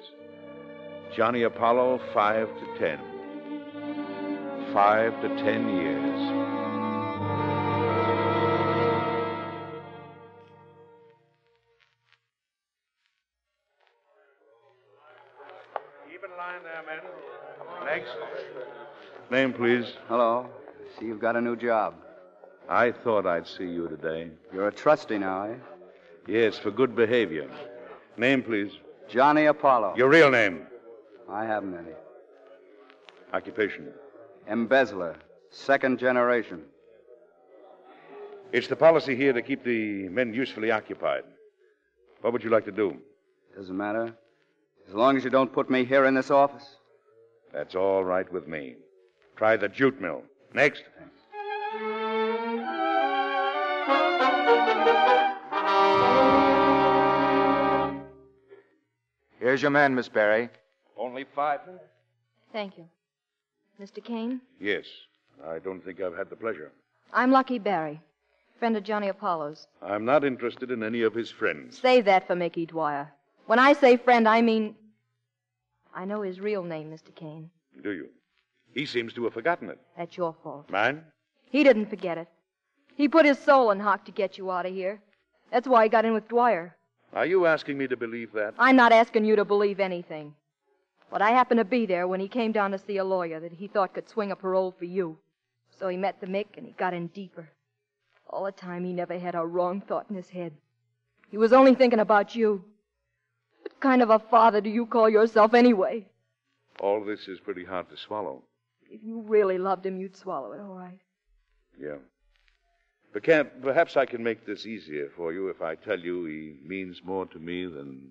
S4: Johnny Apollo, 5 to 10. 5 to 10 years.
S11: Keep in line there, men. Next.
S4: Name, please.
S5: Hello. See, you've got a new job.
S4: I thought I'd see you today.
S5: You're a trustee now, eh?
S4: Yes, for good behavior. Name, please.
S5: Johnny Apollo.
S4: Your real name.
S5: I haven't any.
S4: Occupation.
S5: Embezzler. Second generation.
S4: It's the policy here to keep the men usefully occupied. What would you like to do?
S5: Doesn't matter. As long as you don't put me here in this office.
S4: That's all right with me. Try the jute mill. Next.
S21: Here's your man, Miss Barry.
S4: Only five?
S10: Thank you. Mr. Kane,
S4: Yes. I don't think I've had the pleasure.
S10: I'm Lucky Barry, friend of Johnny Apollo's.
S4: I'm not interested in any of his friends.
S10: Say that for Mickey Dwyer. When I say friend, I mean. I know his real name, Mr. Kane.
S4: Do you? He seems to have forgotten it.
S10: That's your fault.
S4: Mine?
S10: He didn't forget it. He put his soul in hock to get you out of here. That's why he got in with Dwyer.
S4: Are you asking me to believe that?
S10: I'm not asking you to believe anything. But I happened to be there when he came down to see a lawyer that he thought could swing a parole for you. So he met the Mick and he got in deeper. All the time he never had a wrong thought in his head. He was only thinking about you. What kind of a father do you call yourself anyway?
S4: All this is pretty hard to swallow.
S10: If you really loved him, you'd swallow it, all right.
S4: Yeah. But can't, perhaps I can make this easier for you if I tell you he means more to me than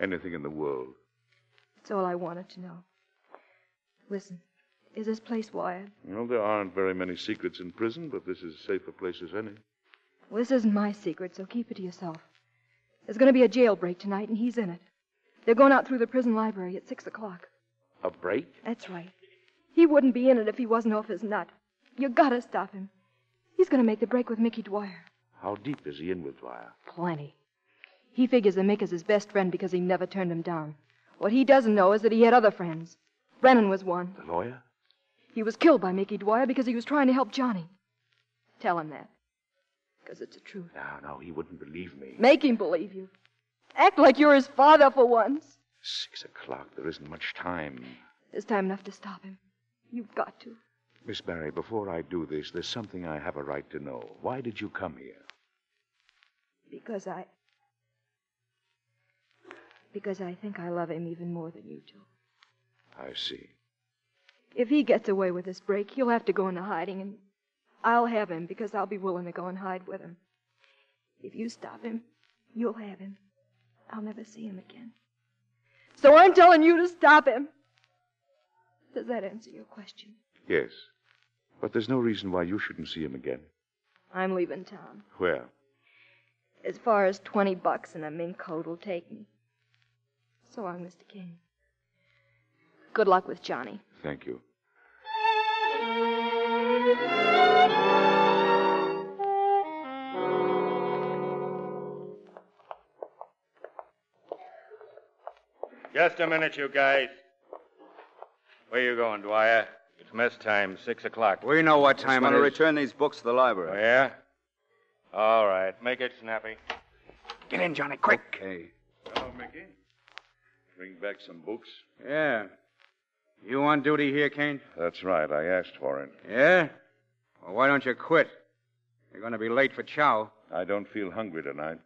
S4: anything in the world.
S10: That's all I wanted to know. Listen, is this place wired?
S4: Well, there aren't very many secrets in prison, but this is as safe a place as any.
S10: Well, this isn't my secret, so keep it to yourself. There's going to be a jailbreak tonight, and he's in it. They're going out through the prison library at six o'clock.
S4: A break?
S10: That's right. He wouldn't be in it if he wasn't off his nut. You gotta stop him. He's gonna make the break with Mickey Dwyer.
S4: How deep is he in with Dwyer?
S10: Plenty. He figures that Mick is his best friend because he never turned him down. What he doesn't know is that he had other friends. Brennan was one.
S4: The lawyer?
S10: He was killed by Mickey Dwyer because he was trying to help Johnny. Tell him that. Because it's the truth.
S4: No, no, he wouldn't believe me.
S10: Make him believe you. Act like you're his father for once.
S4: Six o'clock. There isn't much time.
S10: There's time enough to stop him. You've got to.
S4: Miss Barry, before I do this, there's something I have a right to know. Why did you come here?
S10: Because I. Because I think I love him even more than you do.
S4: I see.
S10: If he gets away with this break, he'll have to go into hiding, and I'll have him because I'll be willing to go and hide with him. If you stop him, you'll have him. I'll never see him again. So I'm telling you to stop him. Does that answer your question?
S4: Yes. But there's no reason why you shouldn't see him again.
S10: I'm leaving town.
S4: Where?
S10: As far as 20 bucks and a mink coat will take me. So long, Mr. King. Good luck with Johnny.
S4: Thank you.
S22: Just a minute, you guys. Where you going, Dwyer? It's mess time, six o'clock.
S6: We know what
S22: Just
S6: time it
S22: wanna
S6: is.
S22: return
S6: these books to the library.
S22: Oh, yeah? All right, make it snappy.
S6: Get in, Johnny, quick.
S22: Okay. Hello, Mickey.
S4: Bring back some books.
S6: Yeah. You on duty here, Kane?
S4: That's right. I asked for it.
S6: Yeah? Well, why don't you quit? You're going to be late for chow.
S4: I don't feel hungry tonight.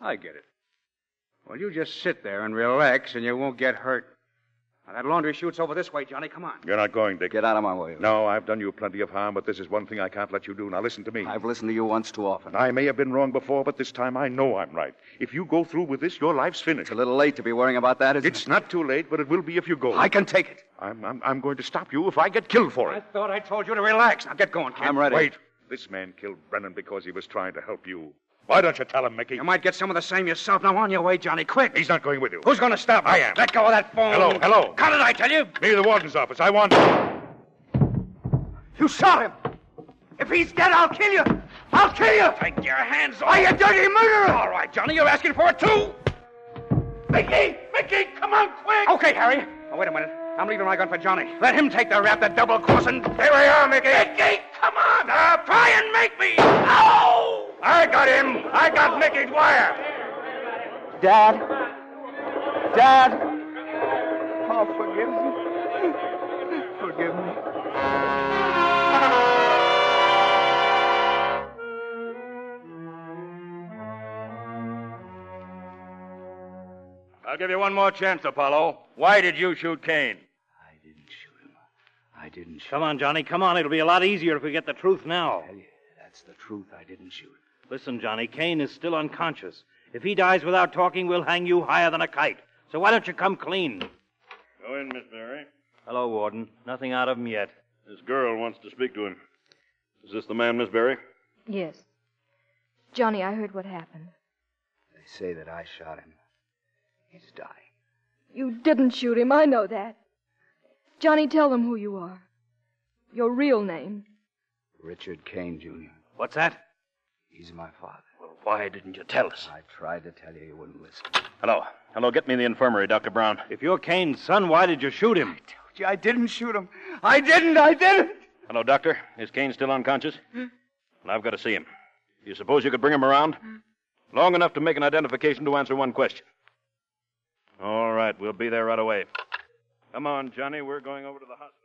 S6: I get it. Well, you just sit there and relax, and you won't get hurt. Now, that laundry chute's over this way, Johnny. Come on.
S4: You're not going, Dick.
S14: Get out of my way.
S4: No, I've done you plenty of harm, but this is one thing I can't let you do. Now listen to me.
S14: I've listened to you once too often.
S4: I may have been wrong before, but this time I know I'm right. If you go through with this, your life's finished. It's a
S14: little late to be worrying about that, isn't
S4: it's it? It's not too late, but it will be if you go.
S14: I can take it.
S4: I'm, I'm, I'm going to stop you if I get killed for it.
S6: I thought I told you to relax. Now, get going, Kane.
S4: Wait. This man killed Brennan because he was trying to help you. Why don't you tell him, Mickey?
S6: You might get some of the same yourself. Now, on your way, Johnny, quick.
S4: He's not going with you.
S6: Who's going to stop him?
S4: I am.
S6: Let go of that phone.
S4: Hello, hello.
S6: Cut it, I tell you.
S4: Me, the warden's office. I want.
S6: You shot him. If he's dead, I'll kill you. I'll kill you. Take your hands off. you dirty murderer. All right, Johnny, you're asking for it, too. Mickey! Mickey, come on, quick! Okay, Harry. Oh, wait a minute. I'm leaving my gun for Johnny. Let him take the rap, the double crossing. Here we are, Mickey. Mickey, come on. Now, try and make me. Oh! I got him. I got Mickey Dwyer.
S17: Dad? Dad? Oh,
S6: me.
S17: forgive
S6: Forgive me.
S22: I'll give you one more chance, Apollo. Why did you shoot Kane?
S8: I didn't shoot. Come on, Johnny. Come on. It'll be a lot easier if we get the truth now.
S3: That's the truth. I didn't shoot.
S8: Listen, Johnny, Kane is still unconscious. If he dies without talking, we'll hang you higher than a kite. So why don't you come clean?
S22: Go in, Miss Barry.
S8: Hello, Warden. Nothing out of him yet.
S22: This girl wants to speak to him. Is this the man, Miss Barry?
S10: Yes. Johnny, I heard what happened.
S14: They say that I shot him. He's dying.
S10: You didn't shoot him, I know that. Johnny, tell them who you are. Your real name.
S14: Richard Kane, Jr.
S8: What's that?
S14: He's my father.
S3: Well, why didn't you tell us?
S14: I tried to tell you. You wouldn't listen.
S3: Hello. Hello, get me the infirmary, Dr. Brown.
S8: If you're Kane's son, why did you shoot him?
S6: Gee, I didn't shoot him. I didn't. I didn't.
S3: Hello, Doctor. Is Kane still unconscious?
S6: Hmm.
S3: Well, I've got to see him. You suppose you could bring him around? Long enough to make an identification to answer one question. All right, we'll be there right away. Come on, Johnny. We're going over to the hospital.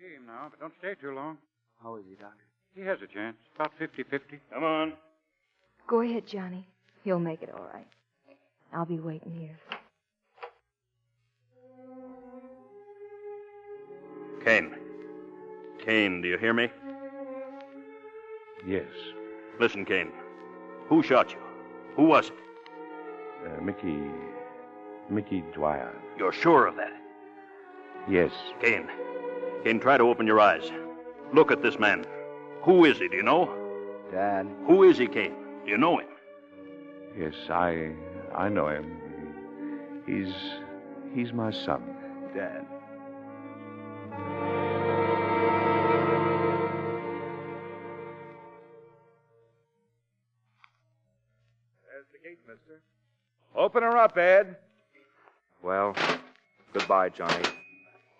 S2: See him now, but don't stay too long.
S14: How is he, Doctor?
S2: He has a chance. About 50 50.
S22: Come on.
S10: Go ahead, Johnny. He'll make it all right. I'll be waiting here.
S3: Kane. Kane, do you hear me?
S23: Yes.
S3: Listen, Kane. Who shot you? Who was it?
S23: Uh, Mickey. Mickey Dwyer.
S3: You're sure of that?
S23: Yes.
S3: Kane. Kane, try to open your eyes. Look at this man. Who is he, do you know?
S14: Dad.
S3: Who is he, Kane? Do you know him?
S23: Yes, I. I know him. He's. He's my son.
S14: Dad.
S8: There's the gate, mister. Open her up, Ed.
S21: Well, goodbye, Johnny.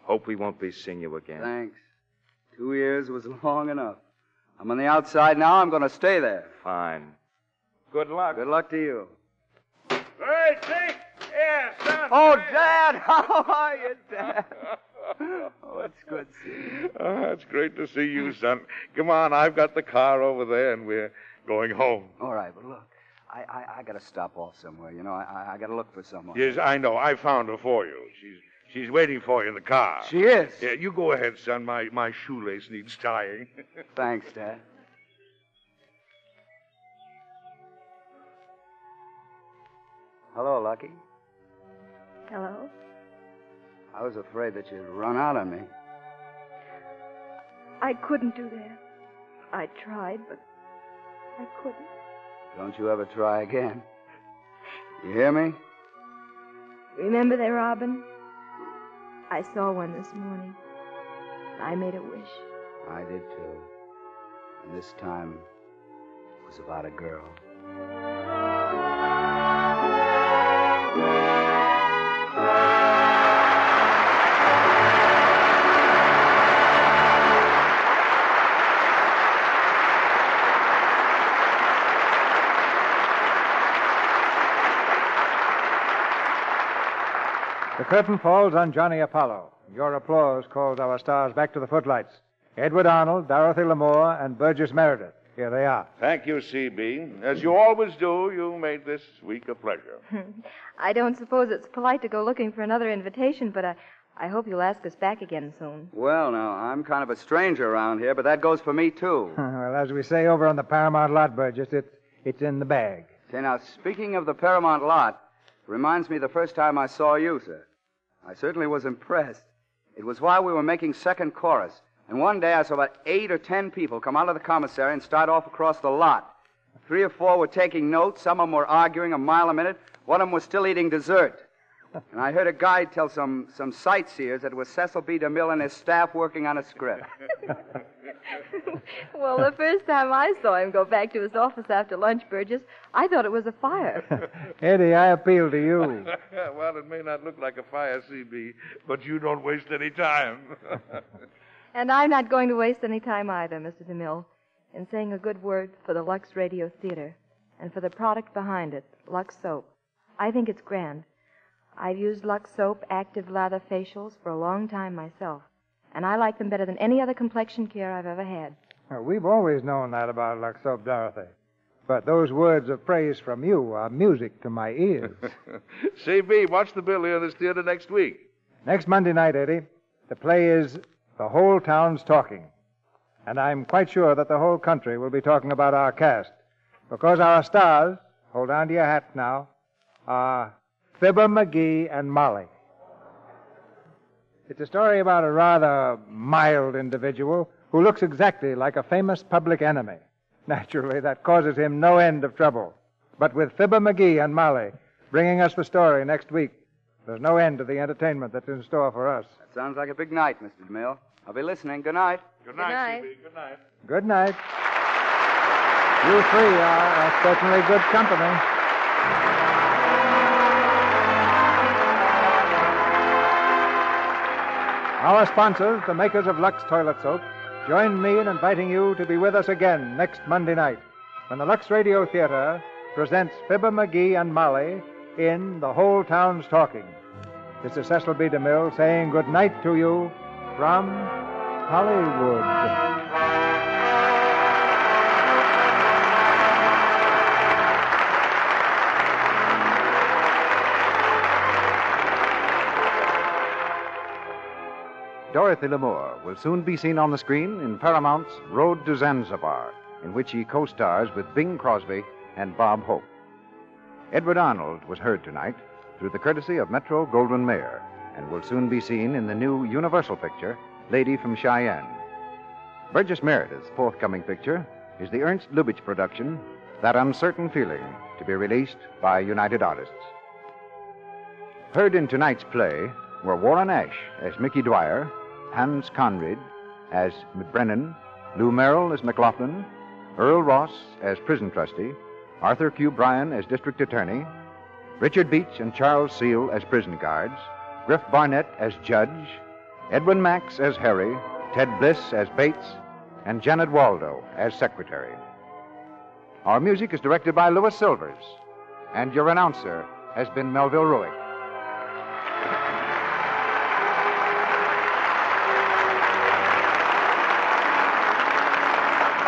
S21: Hope we won't be seeing you again.
S14: Thanks. Two years was long enough. I'm on the outside now. I'm going to stay there.
S21: Fine.
S8: Good luck.
S14: Good luck to you.
S8: Hey, Dick! Yeah, son!
S14: Oh, Dad! How are you, Dad? Oh, it's good seeing you.
S4: Oh, it's great to see you, son. Come on, I've got the car over there, and we're going home.
S14: All right, but look, I, I, I got to stop off somewhere. You know, I, I, I got to look for someone.
S4: Yes, I know. I found her for you. She's she's waiting for you in the car.
S14: She is?
S4: Yeah, you go ahead, son. My my shoelace needs tying.
S14: Thanks, Dad. Hello, Lucky.
S24: Hello?
S14: I was afraid that you'd run out on me.
S24: I couldn't do that. I tried, but I couldn't.
S14: Don't you ever try again. You hear me?
S24: Remember that robin? I saw one this morning. I made a wish.
S14: I did too. And this time it was about a girl.
S2: The curtain falls on Johnny Apollo. Your applause calls our stars back to the footlights. Edward Arnold, Dorothy L'Amour, and Burgess Meredith. Here they are.
S4: Thank you, CB. As you always do, you made this week a pleasure.
S10: I don't suppose it's polite to go looking for another invitation, but I, I hope you'll ask us back again soon.
S14: Well, now, I'm kind of a stranger around here, but that goes for me, too.
S2: well, as we say over on the Paramount lot, Burgess, it, it's in the bag.
S14: Say, now, speaking of the Paramount lot, reminds me the first time I saw you, sir. I certainly was impressed. It was while we were making second chorus, and one day I saw about eight or ten people come out of the commissary and start off across the lot. Three or four were taking notes, some of them were arguing a mile a minute, one of them was still eating dessert. And I heard a guide tell some, some sightseers that it was Cecil B. DeMille and his staff working on a script.
S10: Well, the first time I saw him go back to his office after lunch, Burgess, I thought it was a fire.
S2: Eddie, I appeal to you.
S4: well, it may not look like a fire, CB, but you don't waste any time.
S10: and I'm not going to waste any time either, Mr. DeMille, in saying a good word for the Lux Radio Theater and for the product behind it, Lux Soap. I think it's grand. I've used Lux Soap active lather facials for a long time myself, and I like them better than any other complexion care I've ever had.
S2: Well, We've always known that about Lux Soap, Dorothy. But those words of praise from you are music to my ears.
S4: CB, watch the bill here in this theater next week.
S2: Next Monday night, Eddie, the play is The Whole Town's Talking. And I'm quite sure that the whole country will be talking about our cast. Because our stars, hold on to your hat now, are Fibber McGee and Molly. It's a story about a rather mild individual who looks exactly like a famous public enemy. Naturally, that causes him no end of trouble. But with Fibber McGee and Molly bringing us the story next week, there's no end to the entertainment that's in store for us.
S14: That sounds like a big night, Mr. DeMille. I'll be listening. Good night.
S4: Good
S14: night,
S4: CB. Good night.
S2: Good night. You three are uh, certainly good company. Our sponsors, the makers of Lux Toilet Soap, join me in inviting you to be with us again next Monday night when the Lux Radio Theater presents Fibber McGee and Molly in The Whole Town's Talking. This is Cecil B. DeMille saying good night to you from Hollywood.
S1: Dorothy L'Amour will soon be seen on the screen in Paramount's Road to Zanzibar, in which he co stars with Bing Crosby and Bob Hope. Edward Arnold was heard tonight through the courtesy of Metro Goldwyn Mayer and will soon be seen in the new Universal picture, Lady from Cheyenne. Burgess Meredith's forthcoming picture is the Ernst Lubitsch production, That Uncertain Feeling, to be released by United Artists. Heard in tonight's play were Warren Ash as Mickey Dwyer, Hans Conried as McBrennan, Lou Merrill as McLaughlin, Earl Ross as prison trustee, Arthur Q. Bryan as district attorney, Richard Beach and Charles Seal as prison guards, Griff Barnett as judge, Edwin Max as Harry, Ted Bliss as Bates, and Janet Waldo as secretary. Our music is directed by Louis Silvers, and your announcer has been Melville Ruick.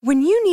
S25: When you